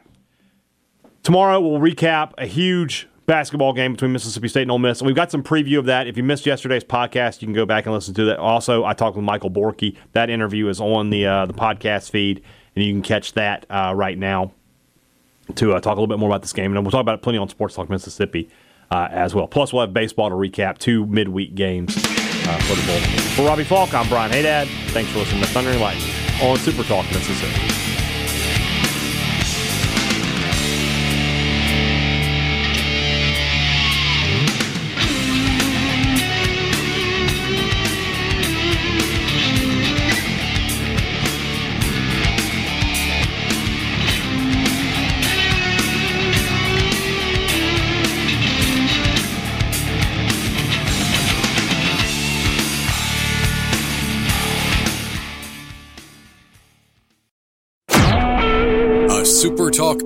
S3: Tomorrow we'll recap a huge basketball game between Mississippi State and Ole Miss. And we've got some preview of that. If you missed yesterday's podcast, you can go back and listen to that. Also, I talked with Michael Borky. That interview is on the uh, the podcast feed, and you can catch that uh, right now to uh, talk a little bit more about this game. And we'll talk about it plenty on Sports Talk Mississippi uh, as well. Plus, we'll have baseball to recap two midweek games uh, for the bowl. For Robbie Falk, I'm Brian Haydad. Thanks for listening to Thunder and Lightning on Super Talk Mississippi.
S1: A SuperTalk